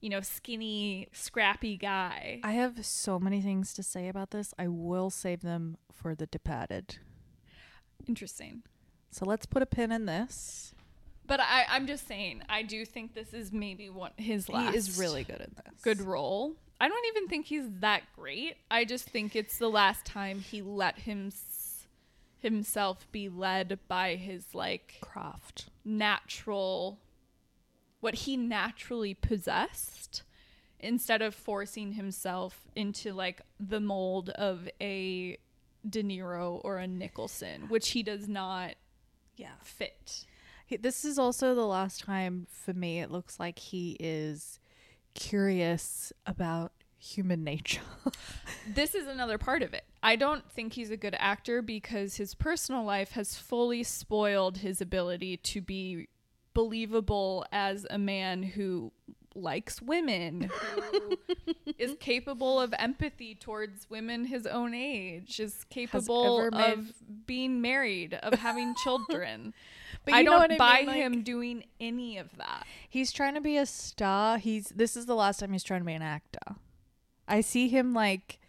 you know, skinny, scrappy guy.
I have so many things to say about this. I will save them for the Departed.
Interesting.
So let's put a pin in this.
But I, I'm just saying, I do think this is maybe one his last.
He is really good at this.
good role. I don't even think he's that great. I just think it's the last time he let him himself be led by his like
craft.
natural what he naturally possessed instead of forcing himself into like the mold of a De Niro or a Nicholson, which he does not
Yeah.
fit.
He- This is also the last time for me it looks like he is curious about human nature.
This is another part of it. I don't think he's a good actor because his personal life has fully spoiled his ability to be believable as a man who likes women, who is capable of empathy towards women his own age, is capable
ever made-
of being married, of having children.
But
I
you know
don't
what I mean,
buy
like-
him doing any of that.
he's trying to be a star. He's this is the last time he's trying to be an actor. I see him like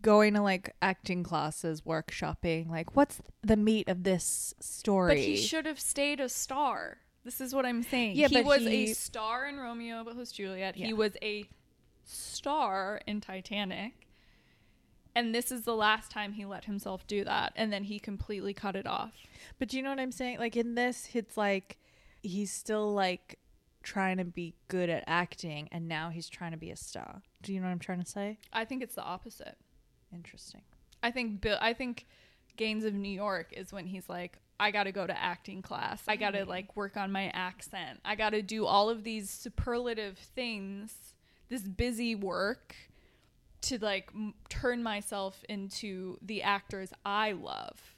going to like acting classes, workshopping, like what's the meat of this story?
But he should have stayed a star. This is what I'm saying.
Yeah,
he
but
was a
he-
star in Romeo but was Juliet.
Yeah.
He was a star in Titanic. And this is the last time he let himself do that. And then he completely cut it off.
But do you know what I'm saying? Like in this, it's like he's still like trying to be good at acting, and now he's trying to be a star. Do you know what I'm trying to say?
I think it's the opposite.
Interesting.
I think Bill I think Gaines of New York is when he's like, I gotta go to acting class. I
Mm.
gotta like work on my accent. I gotta do all of these superlative things, this busy work to like m- turn myself into the actors I love.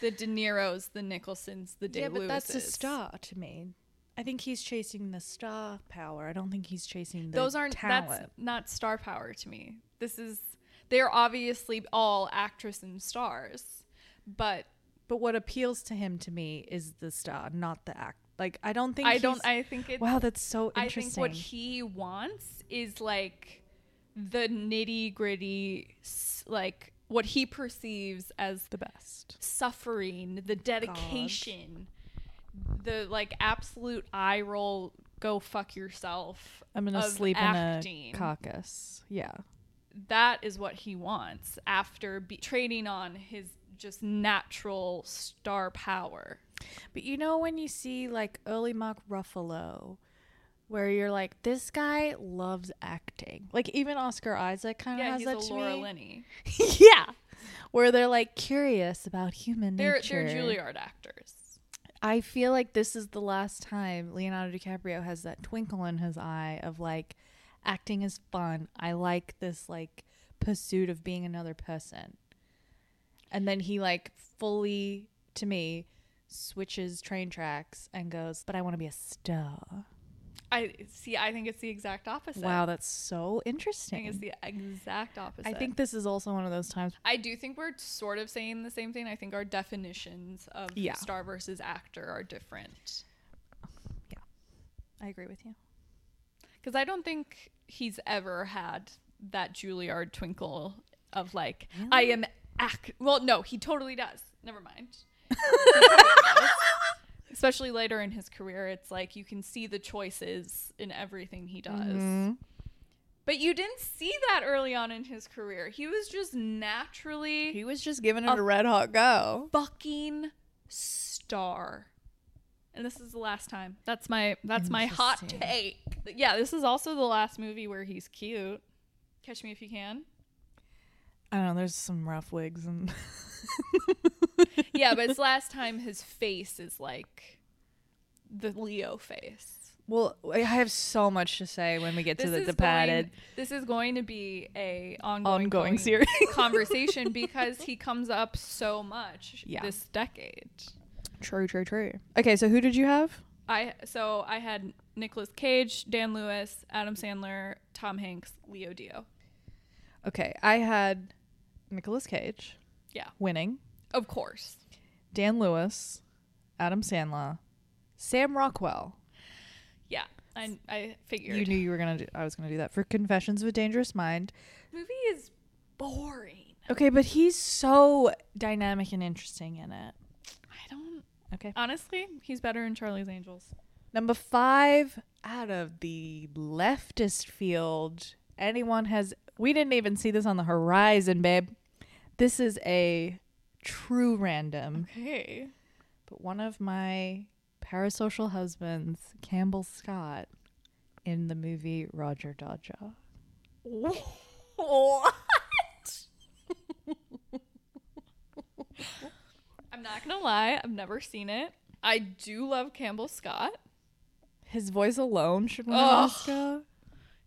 The De Niro's, the Nicholsons, the Day
yeah, but that's a
Lewis's.
star to me. I think he's chasing the star power. I don't think he's chasing the
Those aren't
talent.
that's not star power to me. This is they're obviously all actress and stars, but
but what appeals to him to me is the star, not the act. Like I don't think
I don't.
he's-
I think it's
wow, that's so
I think
interesting.
what he wants is like the nitty gritty, like what he perceives as
the best.
suffering, the dedication, the like absolute eye roll. Go fuck yourself.
I'm gonna
of
sleep
acting.
in a caucus. Yeah,
That is what he wants after be- trading on his just natural star power.
But you know when you see like early Mark Ruffalo, where you're like, this guy loves acting. Like even Oscar Isaac kind of
Yeah,
has
he's
that
a
to
Laura
me.
Linney.
yeah, where they're like curious about human
They're
nature.
they're Juilliard actors.
I feel like this is the last time Leonardo DiCaprio has that twinkle in his eye of like, acting is fun. I like this like pursuit of being another person. And then he like fully to me switches train tracks and goes, but I want to be a star.
I see. I think it's the exact opposite.
Wow, that's so
I think it's
interesting.
the exact opposite.
I think this is also one of those times.
I do think we're sort of saying the same thing. I think our definitions of
Yeah.
star versus actor are different.
I agree with you.
Because I don't think he's ever had that Juilliard twinkle of like I am act. Well, no, he totally does. Never mind. He totally does. Especially later in his career, it's like you can see the choices in everything he does. But you didn't see that early on in his career. He was just naturally
He was just giving
Oh.
it a red hot go.
fucking star. And this is the last time. That's my that's my hot
Interesting.
take. Yeah, this is also the last movie where he's cute. Catch me if you can.
I don't know. There's some rough wigs and
Yeah, but it's last time his face is like the Leo face.
Well, I have so much to say when we get to the Departed.
Going, this is going to be a ongoing,
Ongoing
going-
series.
conversation because he comes up so much
Yeah.
this decade.
True, true, true. Okay, so who did you have?
I so I had Nicolas Cage, Dan Lewis, Adam Sandler, Tom Hanks, Leo Dio.
Okay, I had Nicolas Cage
Yeah,
winning,
of course.
Dan Lewis, Adam Sandler, Sam Rockwell.
Yeah, I I figured.
You knew you were gonna. Do, I was gonna do that for Confessions of a Dangerous Mind.
movie is boring.
Okay, but he's so dynamic and interesting in it.
I don't
Okay,
honestly. He's better in Charlie's Angels.
number five out of the leftist field. Anyone has? We didn't even see this on the horizon, babe. This is a true random.
Okay,
but one of my parasocial husbands Campbell Scott in the movie Roger Dodger.
What? I'm not gonna lie, I've never seen it. I do love Campbell Scott
His voice alone should win an
Ugh.
Oscar.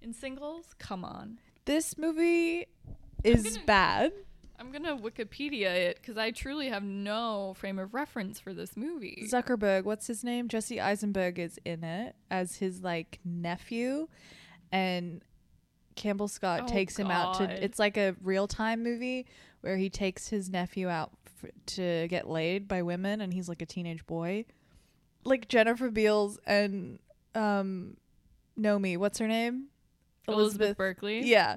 in singles. Come on.
This movie is bad.
I'm gonna Wikipedia it because I truly have no frame of reference for this movie.
Zuckerberg, what's his name? Jesse Eisenberg is in it as his like nephew, and Campbell Scott
Oh,
takes him out
God.
to. It's like a real time movie where he takes his nephew out f- to get laid by women, and he's like a teenage boy, like Jennifer Beals and um, Nomi. What's her name?
Elizabeth Berkley.
Yeah.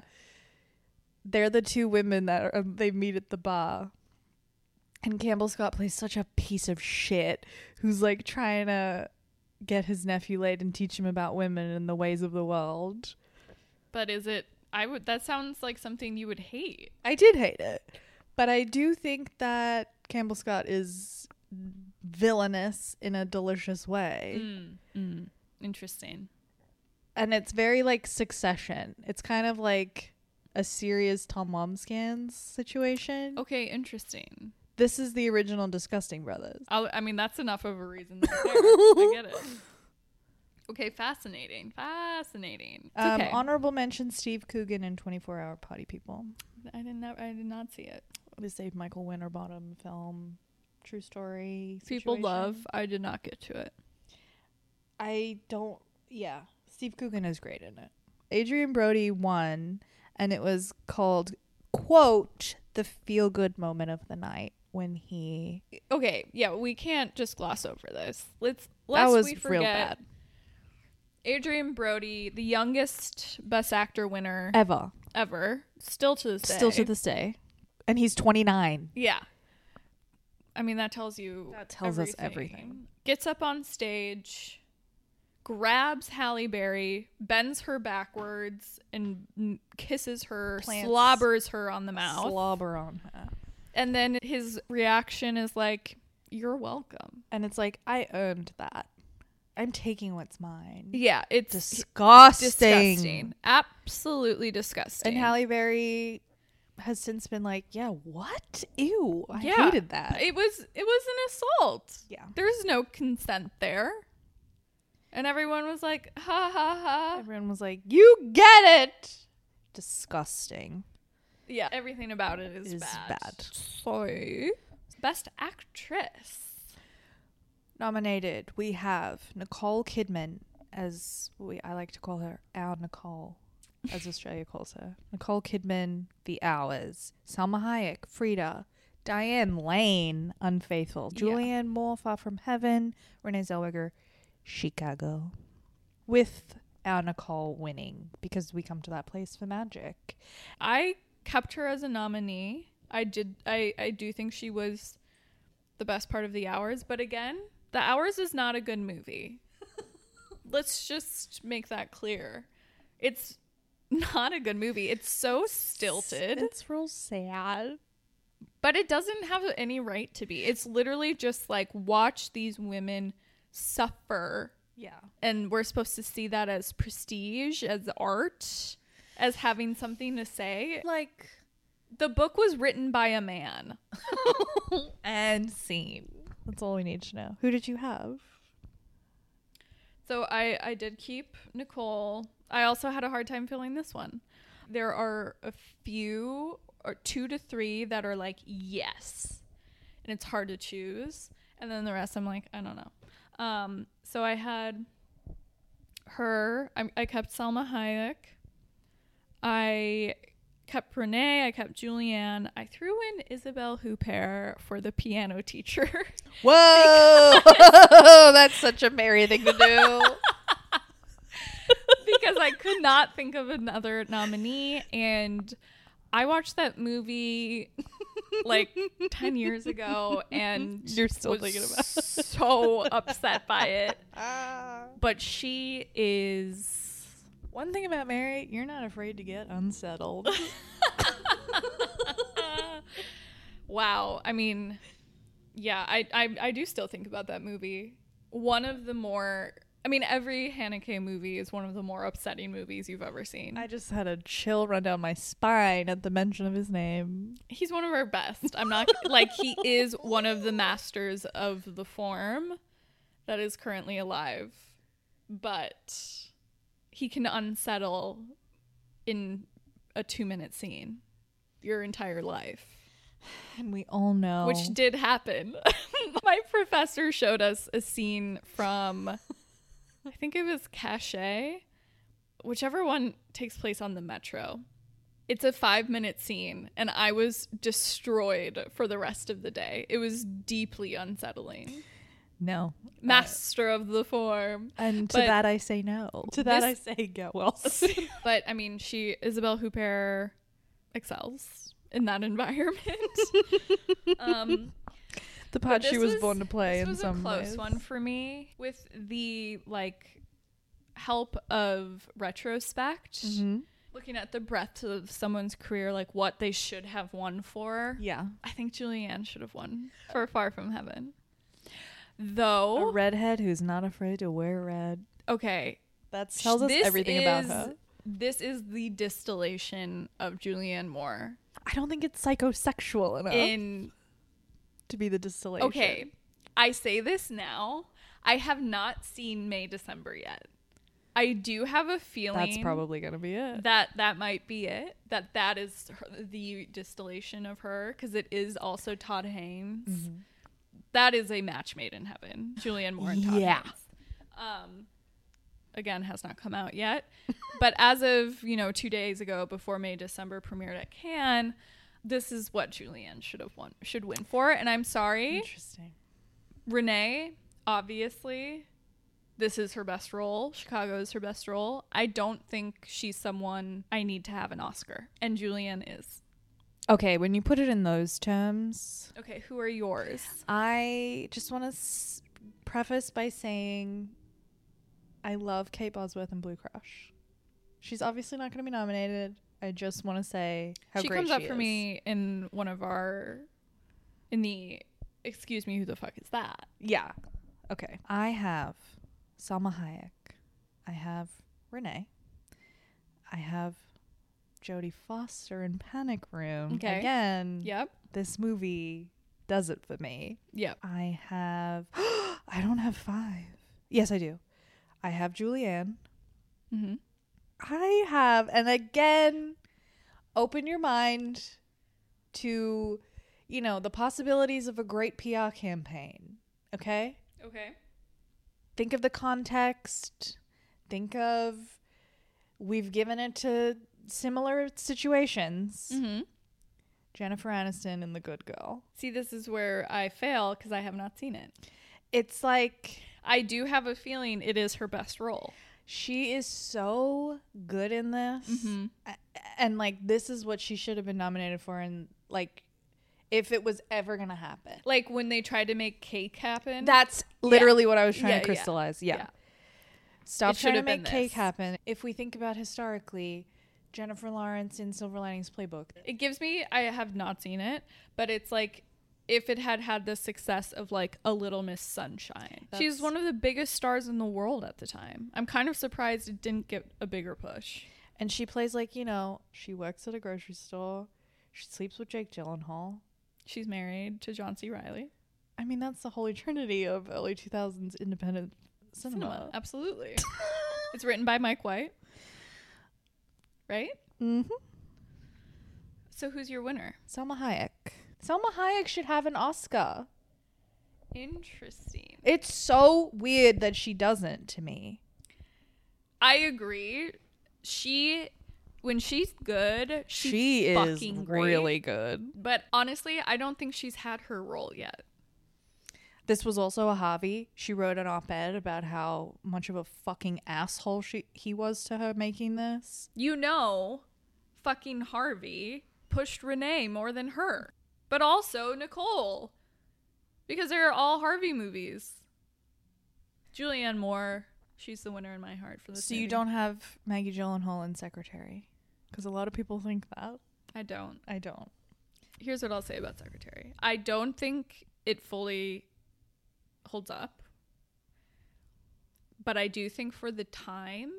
They're the two women that are, um, they meet at the bar. And Campbell Scott plays such a piece of shit who's like trying to get his nephew laid and teach him about women and the ways of the world.
But is it? I would. That sounds like something you would hate.
I did hate it. But I do think that Campbell Scott is villainous in a delicious way.
Interesting.
And it's very like succession. It's kind of like a serious Tom Wamscans situation.
Okay, interesting.
This is the original Disgusting Brothers.
I'll, I mean, that's enough of a reason. right there. I get it. Okay, fascinating. Fascinating. It's
Um,
okay.
Honorable mention Steve Coogan in 24 Hour Potty People.
I did not. I did not see it.
The Save Michael Winterbottom film. True story.
People
situation.
love. I did not get to it.
I don't. Yeah. Steve Coogan is great in it. Adrian Brody won, and it was called, quote, the feel good moment of the night when he.
Okay, yeah, we can't just gloss over this. Let's.
That
Lest
was
we forget,
real bad.
Adrian Brody, the youngest Best Actor winner
Ever.
ever, still to this day.
Still to this day. And he's 29.
Yeah. I mean, that tells you.
That tells us everything.
Gets up on stage, grabs Halle Berry, bends her backwards, and n- kisses her,
Plants
slobbers her on the mouth.
Slobber on her.
and then his reaction is like, You're welcome.
And it's like, I earned that. I'm taking what's mine.
Yeah, it's
disgusting.
disgusting. Absolutely disgusting.
And Halle Berry has since been like, yeah, what? Ew, I
Yeah.
hated that.
It was it was an assault.
Yeah.
There's no consent there. And everyone was like, ha ha ha.
Everyone was like, you get it. Disgusting.
Yeah, everything about it is,
Is
bad.
bad.
Sorry. Best actress.
Nominated, we have Nicole Kidman as we I like to call her our Nicole, as Australia calls her. Nicole Kidman, The Hours, Salma Hayek, Frida, Diane Lane, Unfaithful, Julianne Moore, Far From Heaven, Renee Zellweger, Chicago. With our Nicole winning because we come to that place for magic.
I kept her as a nominee. I did I I do think she was the best part of the hours, but again, the hours is not a good movie. Let's just make that clear. It's not a good movie. It's so stilted.
It's real sad.
But it doesn't have any right to be. It's literally just like watch these women suffer.
Yeah.
And we're supposed to see that as prestige, as art, as having something to say.
Like
The book was written by a man.
and scene. That's all we need to know. Who did you have?
So I, I did keep Nicole. I also had a hard time filling this one. There are a few, or two to three, that are like, yes. And it's hard to choose. And then the rest, I'm like, I don't know. Um, so I had her. I, I kept Selma Hayek. I kept Renee. I kept Julianne. I threw in Isabel Huppert for the piano teacher.
Whoa! That's such a merry thing to do.
because I could not think of another nominee. And I watched that movie like 10 years ago and
You're still
was
thinking about it. Ah.
so upset by it. But she is.
One thing about Mary, you're not afraid to get unsettled.
wow. I mean, yeah, I, I, I do still think about that movie. one of the more I mean, every Haneke movie is one of the more upsetting movies you've ever seen.
I just had a chill run down my spine at the mention of his name.
He's one of our best. I'm not like he is one of the masters of the form that is currently alive, but he can unsettle in a 2-minute scene your entire life.
And we all know.
which did happen. My professor showed us a scene from, I think it was Cache, whichever one takes place on the metro. It's a five minute scene, and I was destroyed for the rest of the day. It was deeply unsettling.
no.
Master of the form.
And to
But-
that I say no.
To that I
say go else.
But I mean, she, Isabel Huppert, excels in that environment. um,
the part she
this
was, born to play
this
in
was
some
a close
ways.
one for me with the like help of retrospect
Mm-hmm.
looking at the breadth of someone's career like what they should have won for
Yeah.
i think julianne should have won for far from heaven
A
though
redhead who's not afraid to wear red.
okay
That tells us
this
everything about
is-
her.
this is the distillation of julianne moore
I don't think it's psychosexual enough
in
to be the distillation.
okay i say this now i have not seen may december yet i do have a feeling
That's probably going to be it.
that that might be it that that is her, the distillation of her because it is also todd haynes That is a match made in heaven julianne moore and todd
Yeah.
haynes um again has not come out yet but as of you know two days ago before may december premiered at cannes this is what julianne should have won should win for and i'm sorry
Interesting.
renee obviously this is her best role. Chicago is her best role. I don't think she's someone I need to have an Oscar. And Julianne is.
Okay, when you put it in those terms,
Okay, who are yours?
I just want to s- preface by saying I love Kate Bosworth and Blue Crush. She's obviously not going to be nominated. I just want to say how
she
great
comes up for
is.
me in one of our in the excuse me, who the fuck is that?
Yeah. Okay. I have Salma Hayek. I have Renee. I have Jodie Foster in Panic Room.
Okay.
Again,
Yep.
this movie does it for me.
Yep.
I have. I don't have five. Yes, I do. I have Julianne.
Mhm.
I have, and again, open your mind to, you know, the possibilities of a great PR campaign. Okay?
Okay.
Think of the context. Think of we've given it to similar situations.
hmm
Jennifer Aniston in The Good Girl.
See, this is where I fail because I have not seen it.
It's like
I do have a feeling it is her best role.
She is so good in this.
Mm-hmm.
A- And like this is what she should have been nominated for and like if it was ever going to happen.
Like when they tried to make cake happen.
That's literally what I was trying
Yeah, yeah,
to crystallize. Yeah.
yeah.
Stop
It should
trying to
have been
make cake
this.
happen. If we think about historically Jennifer Lawrence in Silver Linings Playbook.
it gives me i have not seen it but it's like if it had had the success of like a little miss sunshine she's
That's-
one of the biggest stars in the world at the time i'm kind of surprised it didn't get a bigger push
And she plays like, you know, she works at a grocery store. She sleeps with Jake Gyllenhaal.
she's married to john c riley
I mean, that's the holy trinity of early 2000s independent cinema.
absolutely it's written by mike white right
Mhm.
so who's your winner
Selma Hayek. Selma Hayek should have an Oscar.
interesting
It's so weird that she doesn't to me.
i agree she when she's good she's fucking great.
good.
But honestly, I don't think she's had her role yet.
This was also a Harvey. She wrote an op-ed about how much of a fucking asshole she he was to her making this.
You know, fucking Harvey pushed Renee more than her, but also Nicole, because they're all Harvey movies. Julianne Moore, she's the winner in my heart for this.
so you
movie.
don't have Maggie Gyllenhaal in Secretary, because a lot of people think that.
I don't.
I don't.
Here's what I'll say about Secretary. I don't think it fully holds up. but I do think for the time,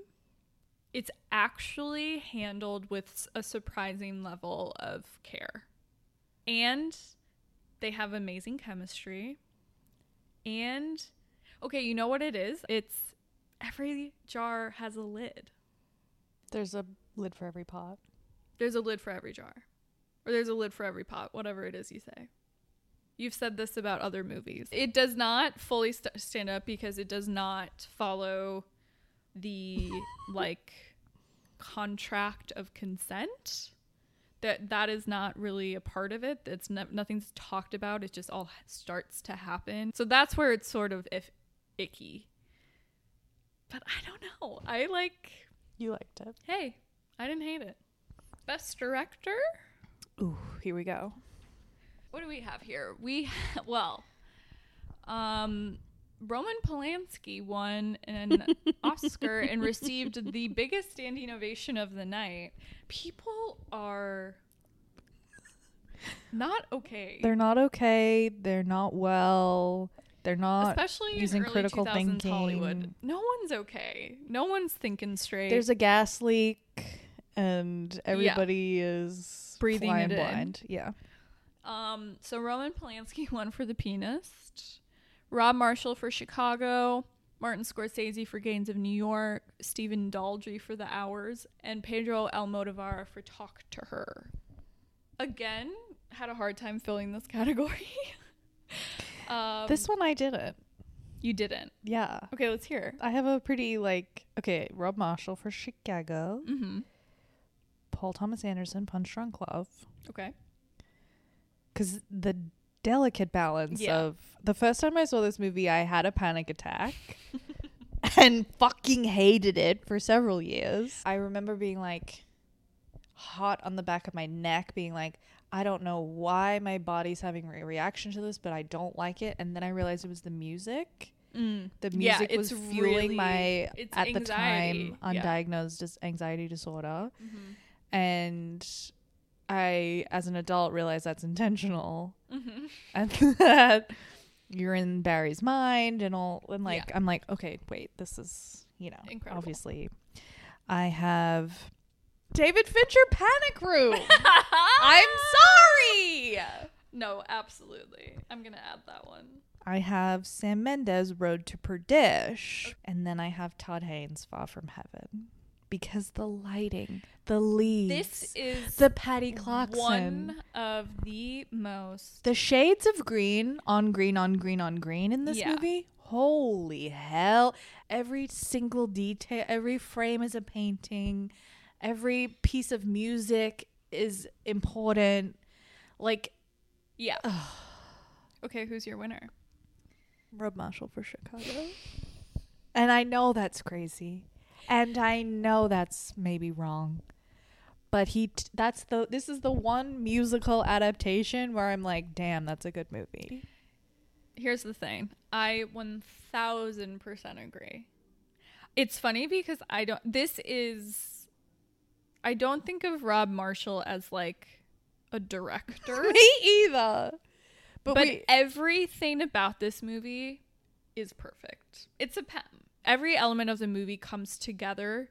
it's actually handled with s- a surprising level of care. And they have amazing chemistry. And okay, you know what it is? It's every jar has a lid.
There's a lid for every pot.
There's a lid for every jar. Or there's a lid for every pot, whatever it is you say. You've said this about other movies. It does not fully st- stand up because it does not follow the like contract of consent. That that is not really a part of it. It's no, nothing's talked about. It just all starts to happen. So that's where it's sort of if icky. But I don't know. I like
You liked it.
Hey, I didn't hate it. Best director?
Ooh, here we go.
What do we have here? We well, um Roman Polanski won an Oscar and received the biggest standing ovation of the night. People are not okay.
They're not okay. They're not well. They're not
Especially
using
in early
critical
2000s
thinking.
Hollywood. No one's okay. No one's thinking straight.
There's a gas leak, and everybody is
Breathing
flying
it in.
blind.
Yeah.
Um, so Roman Polanski won for The Pianist, Rob Marshall for Chicago, Martin Scorsese for Gains of New York, Stephen Daldry for The Hours, and Pedro Almodovar for Talk to Her. Again, had a hard time filling this category. um,
this one I didn't.
you didn't.
Yeah.
Okay, let's hear.
I have a pretty like okay, Rob Marshall for Chicago,
Mm-hmm.
Paul Thomas Anderson Punch Drunk Love,
Okay.
because the delicate balance
Yeah.
of the first time I saw this movie, I had a panic attack and fucking hated it for several years. I remember being like hot on the back of my neck, being like. I don't know why my body's having a reaction to this, but I don't like it. And then I realized it was the music.
Mm.
the
Yeah,
music was
it's
fueling
really-
my
it's
at
anxiety,
the time
yeah.
undiagnosed dis- anxiety disorder and i as an adult realized that's intentional
Mm-hmm.
and that you're in barry's mind and all and like i'm like okay wait this is you know
Incredible.
obviously i have david fincher panic room i'm sorry
No, absolutely. I'm gonna add that one.
I have Sam Mendes Road to Perdish, and then I have Todd Haynes Far from Heaven because the lighting, the leaves,
This is
the Patty Clarkson,
one of the most
the shades of green on green on green on green in this
Yeah.
movie. Holy hell! Every single detail, every frame is a painting, every piece of music is important. Like
Yeah. okay, who's your winner?
Rob Marshall for Chicago. And I know that's crazy. And I know that's maybe wrong. But he t- that's the this is the one musical adaptation where I'm like, "Damn, that's a good movie."
Here's the thing. I 1000% agree. It's funny because I don't this is I don't think of Rob Marshall as like a director,
Me either. But,
but
we,
everything about this movie is perfect. It's a pen. Every element of the movie comes together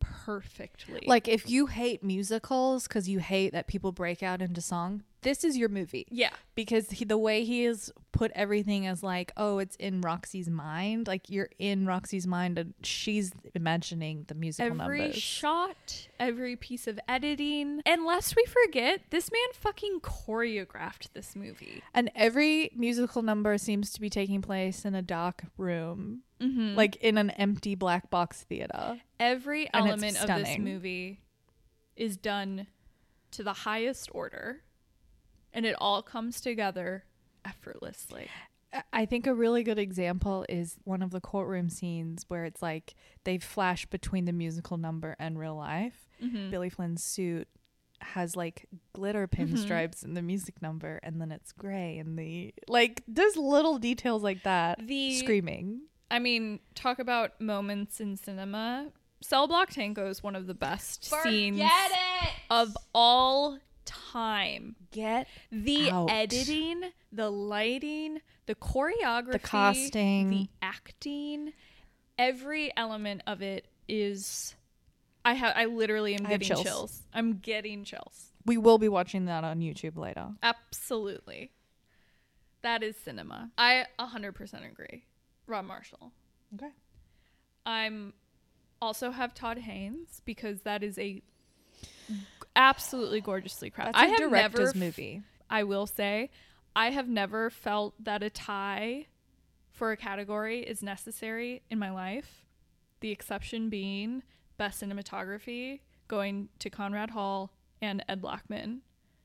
perfectly.
like if you hate musicals cuz you hate that people break out into song, this is your movie.
yeah.
because he, the way he has put everything as like oh it's in roxy's mind like you're in roxy's mind and she's imagining the musical
every
numbers
shot, every piece of editing. And lest we forget, this man fucking choreographed this movie.
and every musical number seems to be taking place in a dark room
Mm-hmm.
like in an empty black box theater
Every
And it's
element of this
stunning.
movie is done to the highest order, and it all comes together effortlessly.
I- i think a really good example is one of the courtroom scenes where it's like they flash between the musical number and real life billy flynn's suit has like glitter pinstripes in the music number and then it's gray in the like there's little details like that
The-
screaming
I mean, talk about moments in cinema. Cell Block Tango is one of the best scenes of all time.
get
the
out.
editing, the lighting, the choreography,
casting.
the acting, every element of it is I have I literally am
I have
getting
chills.
chills. I'm getting chills.
We will be watching that on YouTube later.
Absolutely. That is cinema. I 100% agree. Rob Marshall.
Okay.
I'm also have Todd Haynes because that is a absolutely gorgeously crafted.
That's
I
a
have
director's
never,
movie.
I will say, I have never felt that a tie for a category is necessary in my life. The exception being best cinematography going to Conrad Hall and Ed Lockman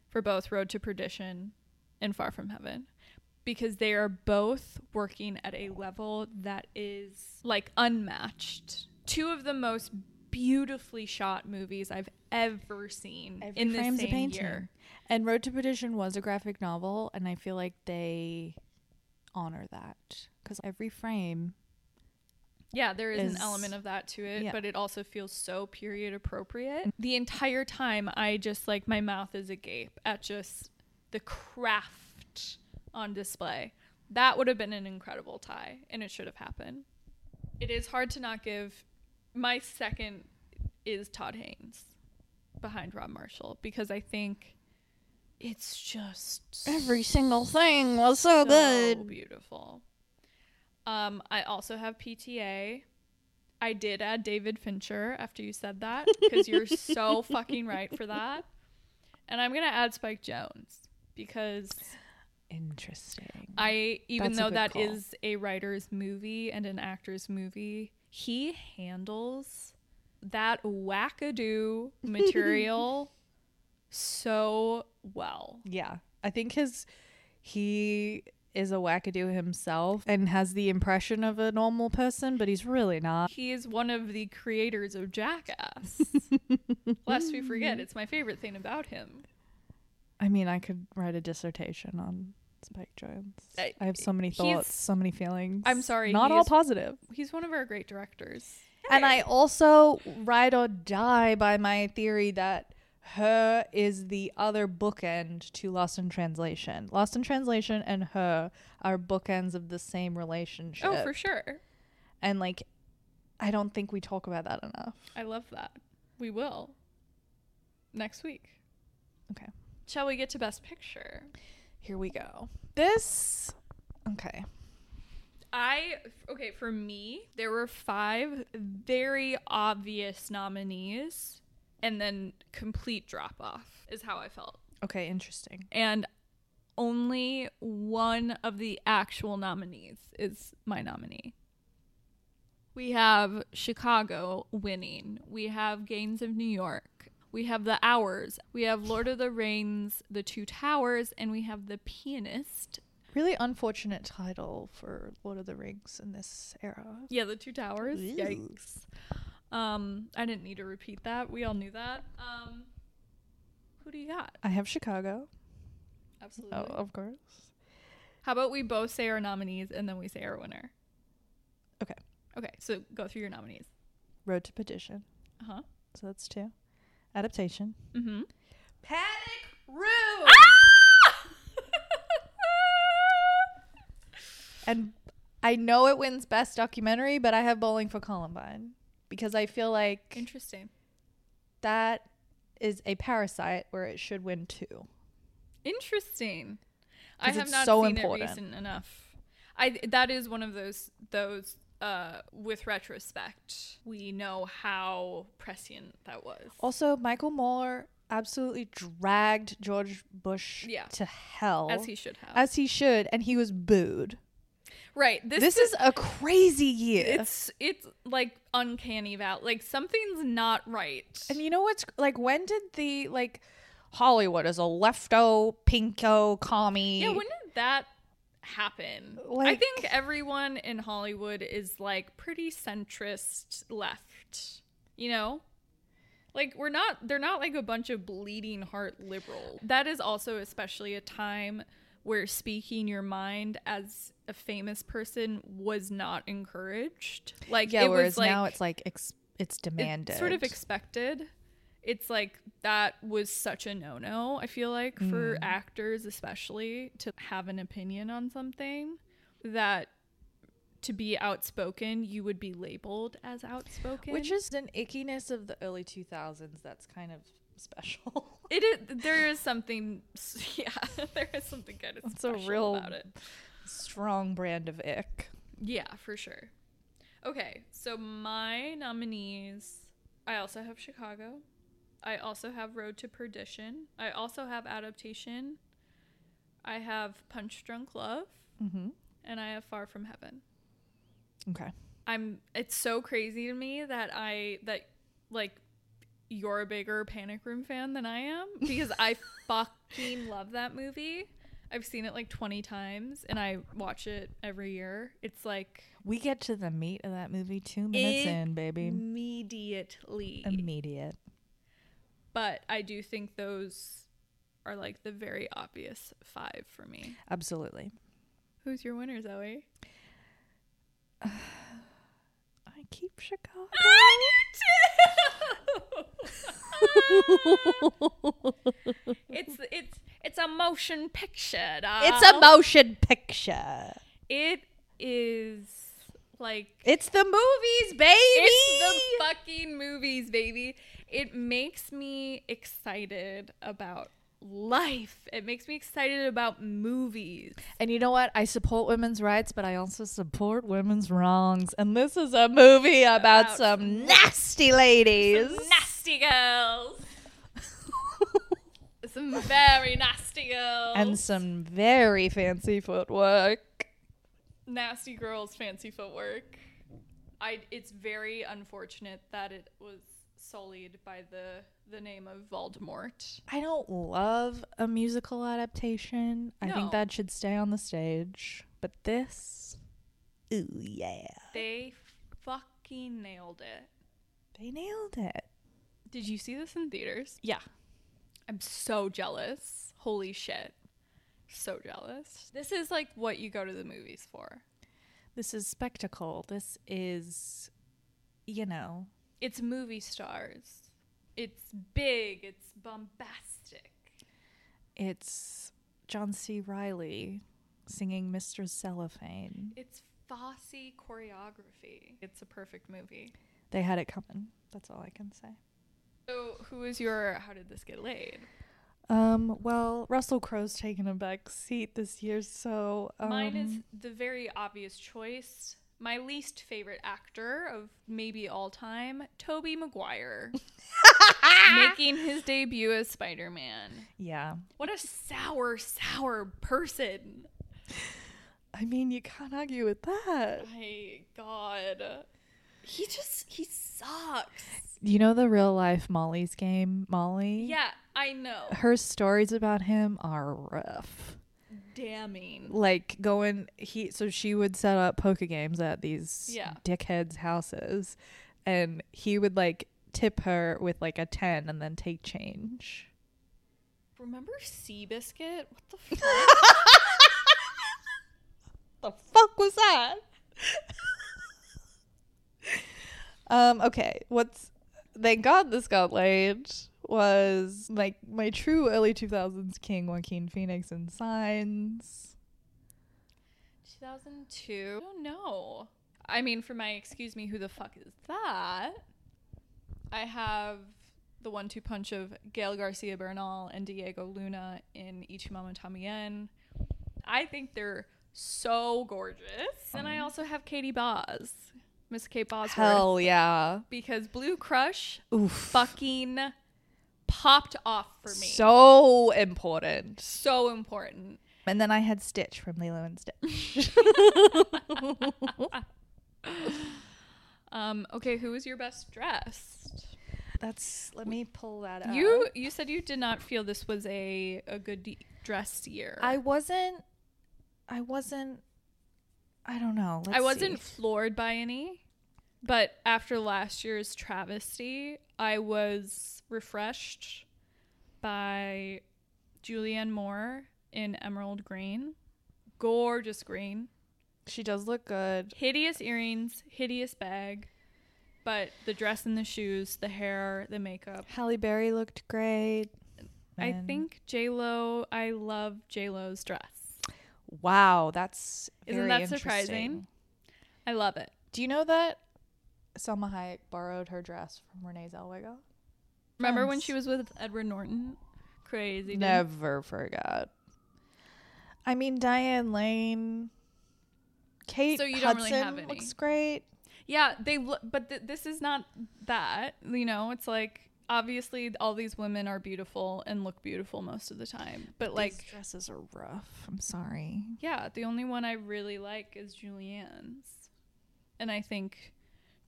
for both Road to Perdition and Far From Heaven because they are both working at a level that is like unmatched. Two of the most beautifully shot movies I've ever seen
Every
in the
frame's a
same
painting.
year.
And Road to Perdition was a graphic novel, and I feel like they honor that because every frame
Yeah, there is,
is-
an element of that to it,
yeah.
but it also feels so period appropriate. The entire time, I just like my mouth is agape at just the craft on display. That would have been an incredible tie, and it should have happened. It is hard to not give. My second is Todd Haynes behind Rob Marshall because I think it's just
every single thing was so,
so
good.
beautiful. Um, I also have PTA. I did add David Fincher after you said that because you're so fucking right for that. And I'm gonna add Spike Jones because
Interesting.
I, even
That's a
though
good
that is
call.
a writer's movie and an actor's movie, he handles that wackadoo material so well.
Yeah, I think his he is a wackadoo himself and has the impression of a normal person, but he's really not.
He is one of the creators of Jackass. Lest we forget, it's my favorite thing about him.
I mean, I could write a dissertation on Spike Jones.
I-
I, have so many
he's-
thoughts, so many feelings.
I'm sorry,
not
he
all
is-
positive.
He's one of our great directors.
And I also ride or die by my theory that her is the other bookend to Lost in Translation. Lost in Translation and her are bookends of the same relationship.
Oh, for sure.
And like, I don't think we talk about that enough.
I love that. We will. Next week.
Okay.
Shall we get to Best Picture?
Here we go. This. Okay.
I, okay, for me, there were five very obvious nominees and then complete drop off, is how I felt.
Okay, interesting.
and only one of the actual nominees is my nominee. We have Chicago winning. We have Games of New York. We have The Hours. We have Lord of the Rings, The Two Towers, and we have The Pianist.
Really unfortunate title for Lord of the Rings in this era.
Yeah, The Two Towers. Yikes. Um, I didn't need to repeat that. We all knew that. Um, who do you got?
I have Chicago.
Absolutely.
Oh, of course.
How about we both say our nominees and then we say our winner?
Okay.
Okay, so go through your nominees.
Road to Perdition.
Uh huh.
So that's two. Adaptation.
Mm-hmm. Ah!
Panic room.
And I know it wins best documentary, but I have Bowling for Columbine because I feel like
Interesting.
that is a parasite where it should win two.
Interesting. I
'Cause
have
it's
not
so
seen
important.
it recent enough. I that is one of those those uh with retrospect we know how prescient that was.
Also, Michael Moore absolutely dragged George Bush
Yeah.
to hell
as he should have.
as he should, and he was booed.
right. This,
This, uh, is a crazy year.
it's it's like uncanny about like something's not right.
And you know what's like? When did the like Hollywood is a lefto, pinko, commie?
Yeah, when did that happen? I
Like-
think everyone in Hollywood is like pretty centrist left, you know? Like we're not they're not like a bunch of bleeding heart liberals. That is also especially a time where speaking your mind as a famous person was not encouraged. Like
yeah,
it
whereas
was like
now it's like ex- it's demanded.
it's sort of expected. It's like that was such a no no, I feel like, for
Mm.
actors, especially to have an opinion on something that to be outspoken, you would be labeled as outspoken.
Which is an ickiness of the early 2000s that's kind of special.
it is there is something yeah, there is something kind of
It's a
special
real-
about it.
Strong brand of ick.
Yeah, for sure. Okay, so my nominees I also have Chicago. I also have Road to Perdition. I also have Adaptation. I have Punch Drunk Love.
Mhm.
And I have Far From Heaven.
Okay.
I'm it's so crazy to me that I that like you're a bigger Panic Room fan than I am because I fucking love that movie. I've seen it like 20 times and I watch it every year. It's like
We get to the meat of that movie two minutes in, baby.
immediately.
Immediate.
but I do think those are like the very obvious five for me.
Absolutely.
Who's your winner, Zoe?
I keep Chicago.
it's it's it's a motion picture.
It's a motion picture.
It is like
It's the movies, baby.
it's the fucking movies, baby. It makes me excited about life. It makes me excited about movies.
and you know what? I support women's rights, but I also support women's wrongs. And this is a movie about,
About
some nasty ladies.
Nasty girls. Some very nasty girls.
and some very fancy footwork.
nasty girls fancy footwork. I it's very unfortunate that it was sullied by the the name of Voldemort.
I don't love a musical adaptation. I
No.
think that should stay on the stage. But this, ooh yeah,
They fucking nailed it.
they nailed it.
Did you see this in theaters?
Yeah.
I'm so jealous. Holy shit. So jealous. This is like what you go to the movies for.
This is spectacle. This is, you know,
It's movie stars. It's big, it's bombastic.
it's John C. Riley singing Mr. Cellophane.
It's Fosse choreography. It's a perfect movie.
They had it coming. That's all I can say.
So, who is your how did this get laid?
Um, well, Russell Crowe's taken a back seat this year, so um,
Mine is the very obvious choice. My least favorite actor of maybe all time, Toby Maguire. making his debut as Spider-Man.
yeah.
What a sour, sour person.
I mean, you can't argue with that.
My god. He just he sucks.
You know the real life Molly's game, Molly?
Yeah, I know.
Her stories about him are rough.
Damning.
Like going he so she would set up poker games at these
Yeah.
dickheads' houses and he would like tip her with like a ten and then take change.
Remember Seabiscuit? What the fuck?
the fuck was that? um, okay. What's thank God this got laid was like my true early two thousands king Joaquin Phoenix in signs.
2002. I don't know. I mean, for my excuse me, who the fuck is that? I have the one two punch of Gail Garcia Bernal and Diego Luna in Ichimama Tamien. I think they're so gorgeous. And I also have Katie Boz, Miss Kate Bosworth.
Mm-hmm. Hell yeah.
Because Blue Crush
Oof.
fucking popped off for me.
So important.
so important.
And then I had Stitch from Lilo and Stitch.
Um, okay, who is your best dressed?
That's let me pull that up.
You you said you did not feel this was a a good d- dress year.
I wasn't I wasn't I don't know. Let's
I wasn't
see.
floored by any, but after last year's travesty, I was refreshed by Julianne Moore in Emerald Green, gorgeous green,
She does look good.
hideous earrings, hideous bag, but the dress and the shoes, the hair, the makeup.
Halle Berry looked great.
I
And-
think J Lo. I love J Lo's dress.
Wow, that's
Isn't
very
that surprising?
interesting.
I love it.
Do you know that Selma Hayek borrowed her dress from Renee Zellweger?
Remember when she was with Edward Norton? Crazy. dude.
Never forgot. I mean, Diane Lane, Kate
So you don't
Hudson
really have any.
looks great.
Yeah, they. lo- But th- this is not that. You know, it's like obviously all these women are beautiful and look beautiful most of the time. But like,
These dresses are rough. I'm sorry.
yeah, the only one I really like is Julianne's, and I think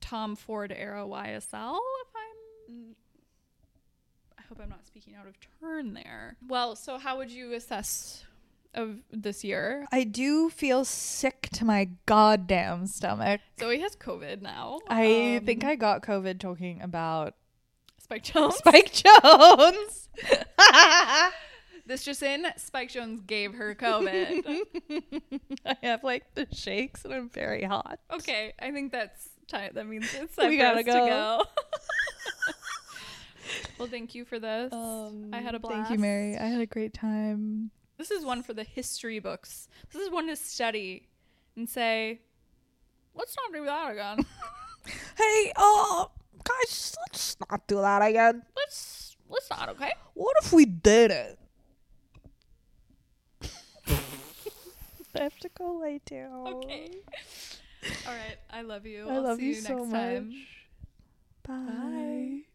Tom Ford era YSL. If I'm, I hope I'm not speaking out of turn there. Well, so how would you assess of this year?
I do feel sick to my goddamn stomach.
Zoe has COVID now.
I
Um,
think I got COVID talking about
Spike Jones.
Spike Jones.
This just in: Spike Jones gave her COVID.
I have like the shakes and I'm very hot.
Okay, I think that's time. That means it's time
We
for
gotta
us
go.
to go. well, thank you for this. I had a blast.
Um, Thank you, Mary. I had a great time.
This is one for the history books. This is one to study and say, let's not do that again.
Hey, uh, guys, let's not do that again.
let's let's not. Okay.
What if we did it? I have to go lay down.
Okay. All right. I love you.
I
I'll
love
see
you
next
so
time.
Uh, much. Bye.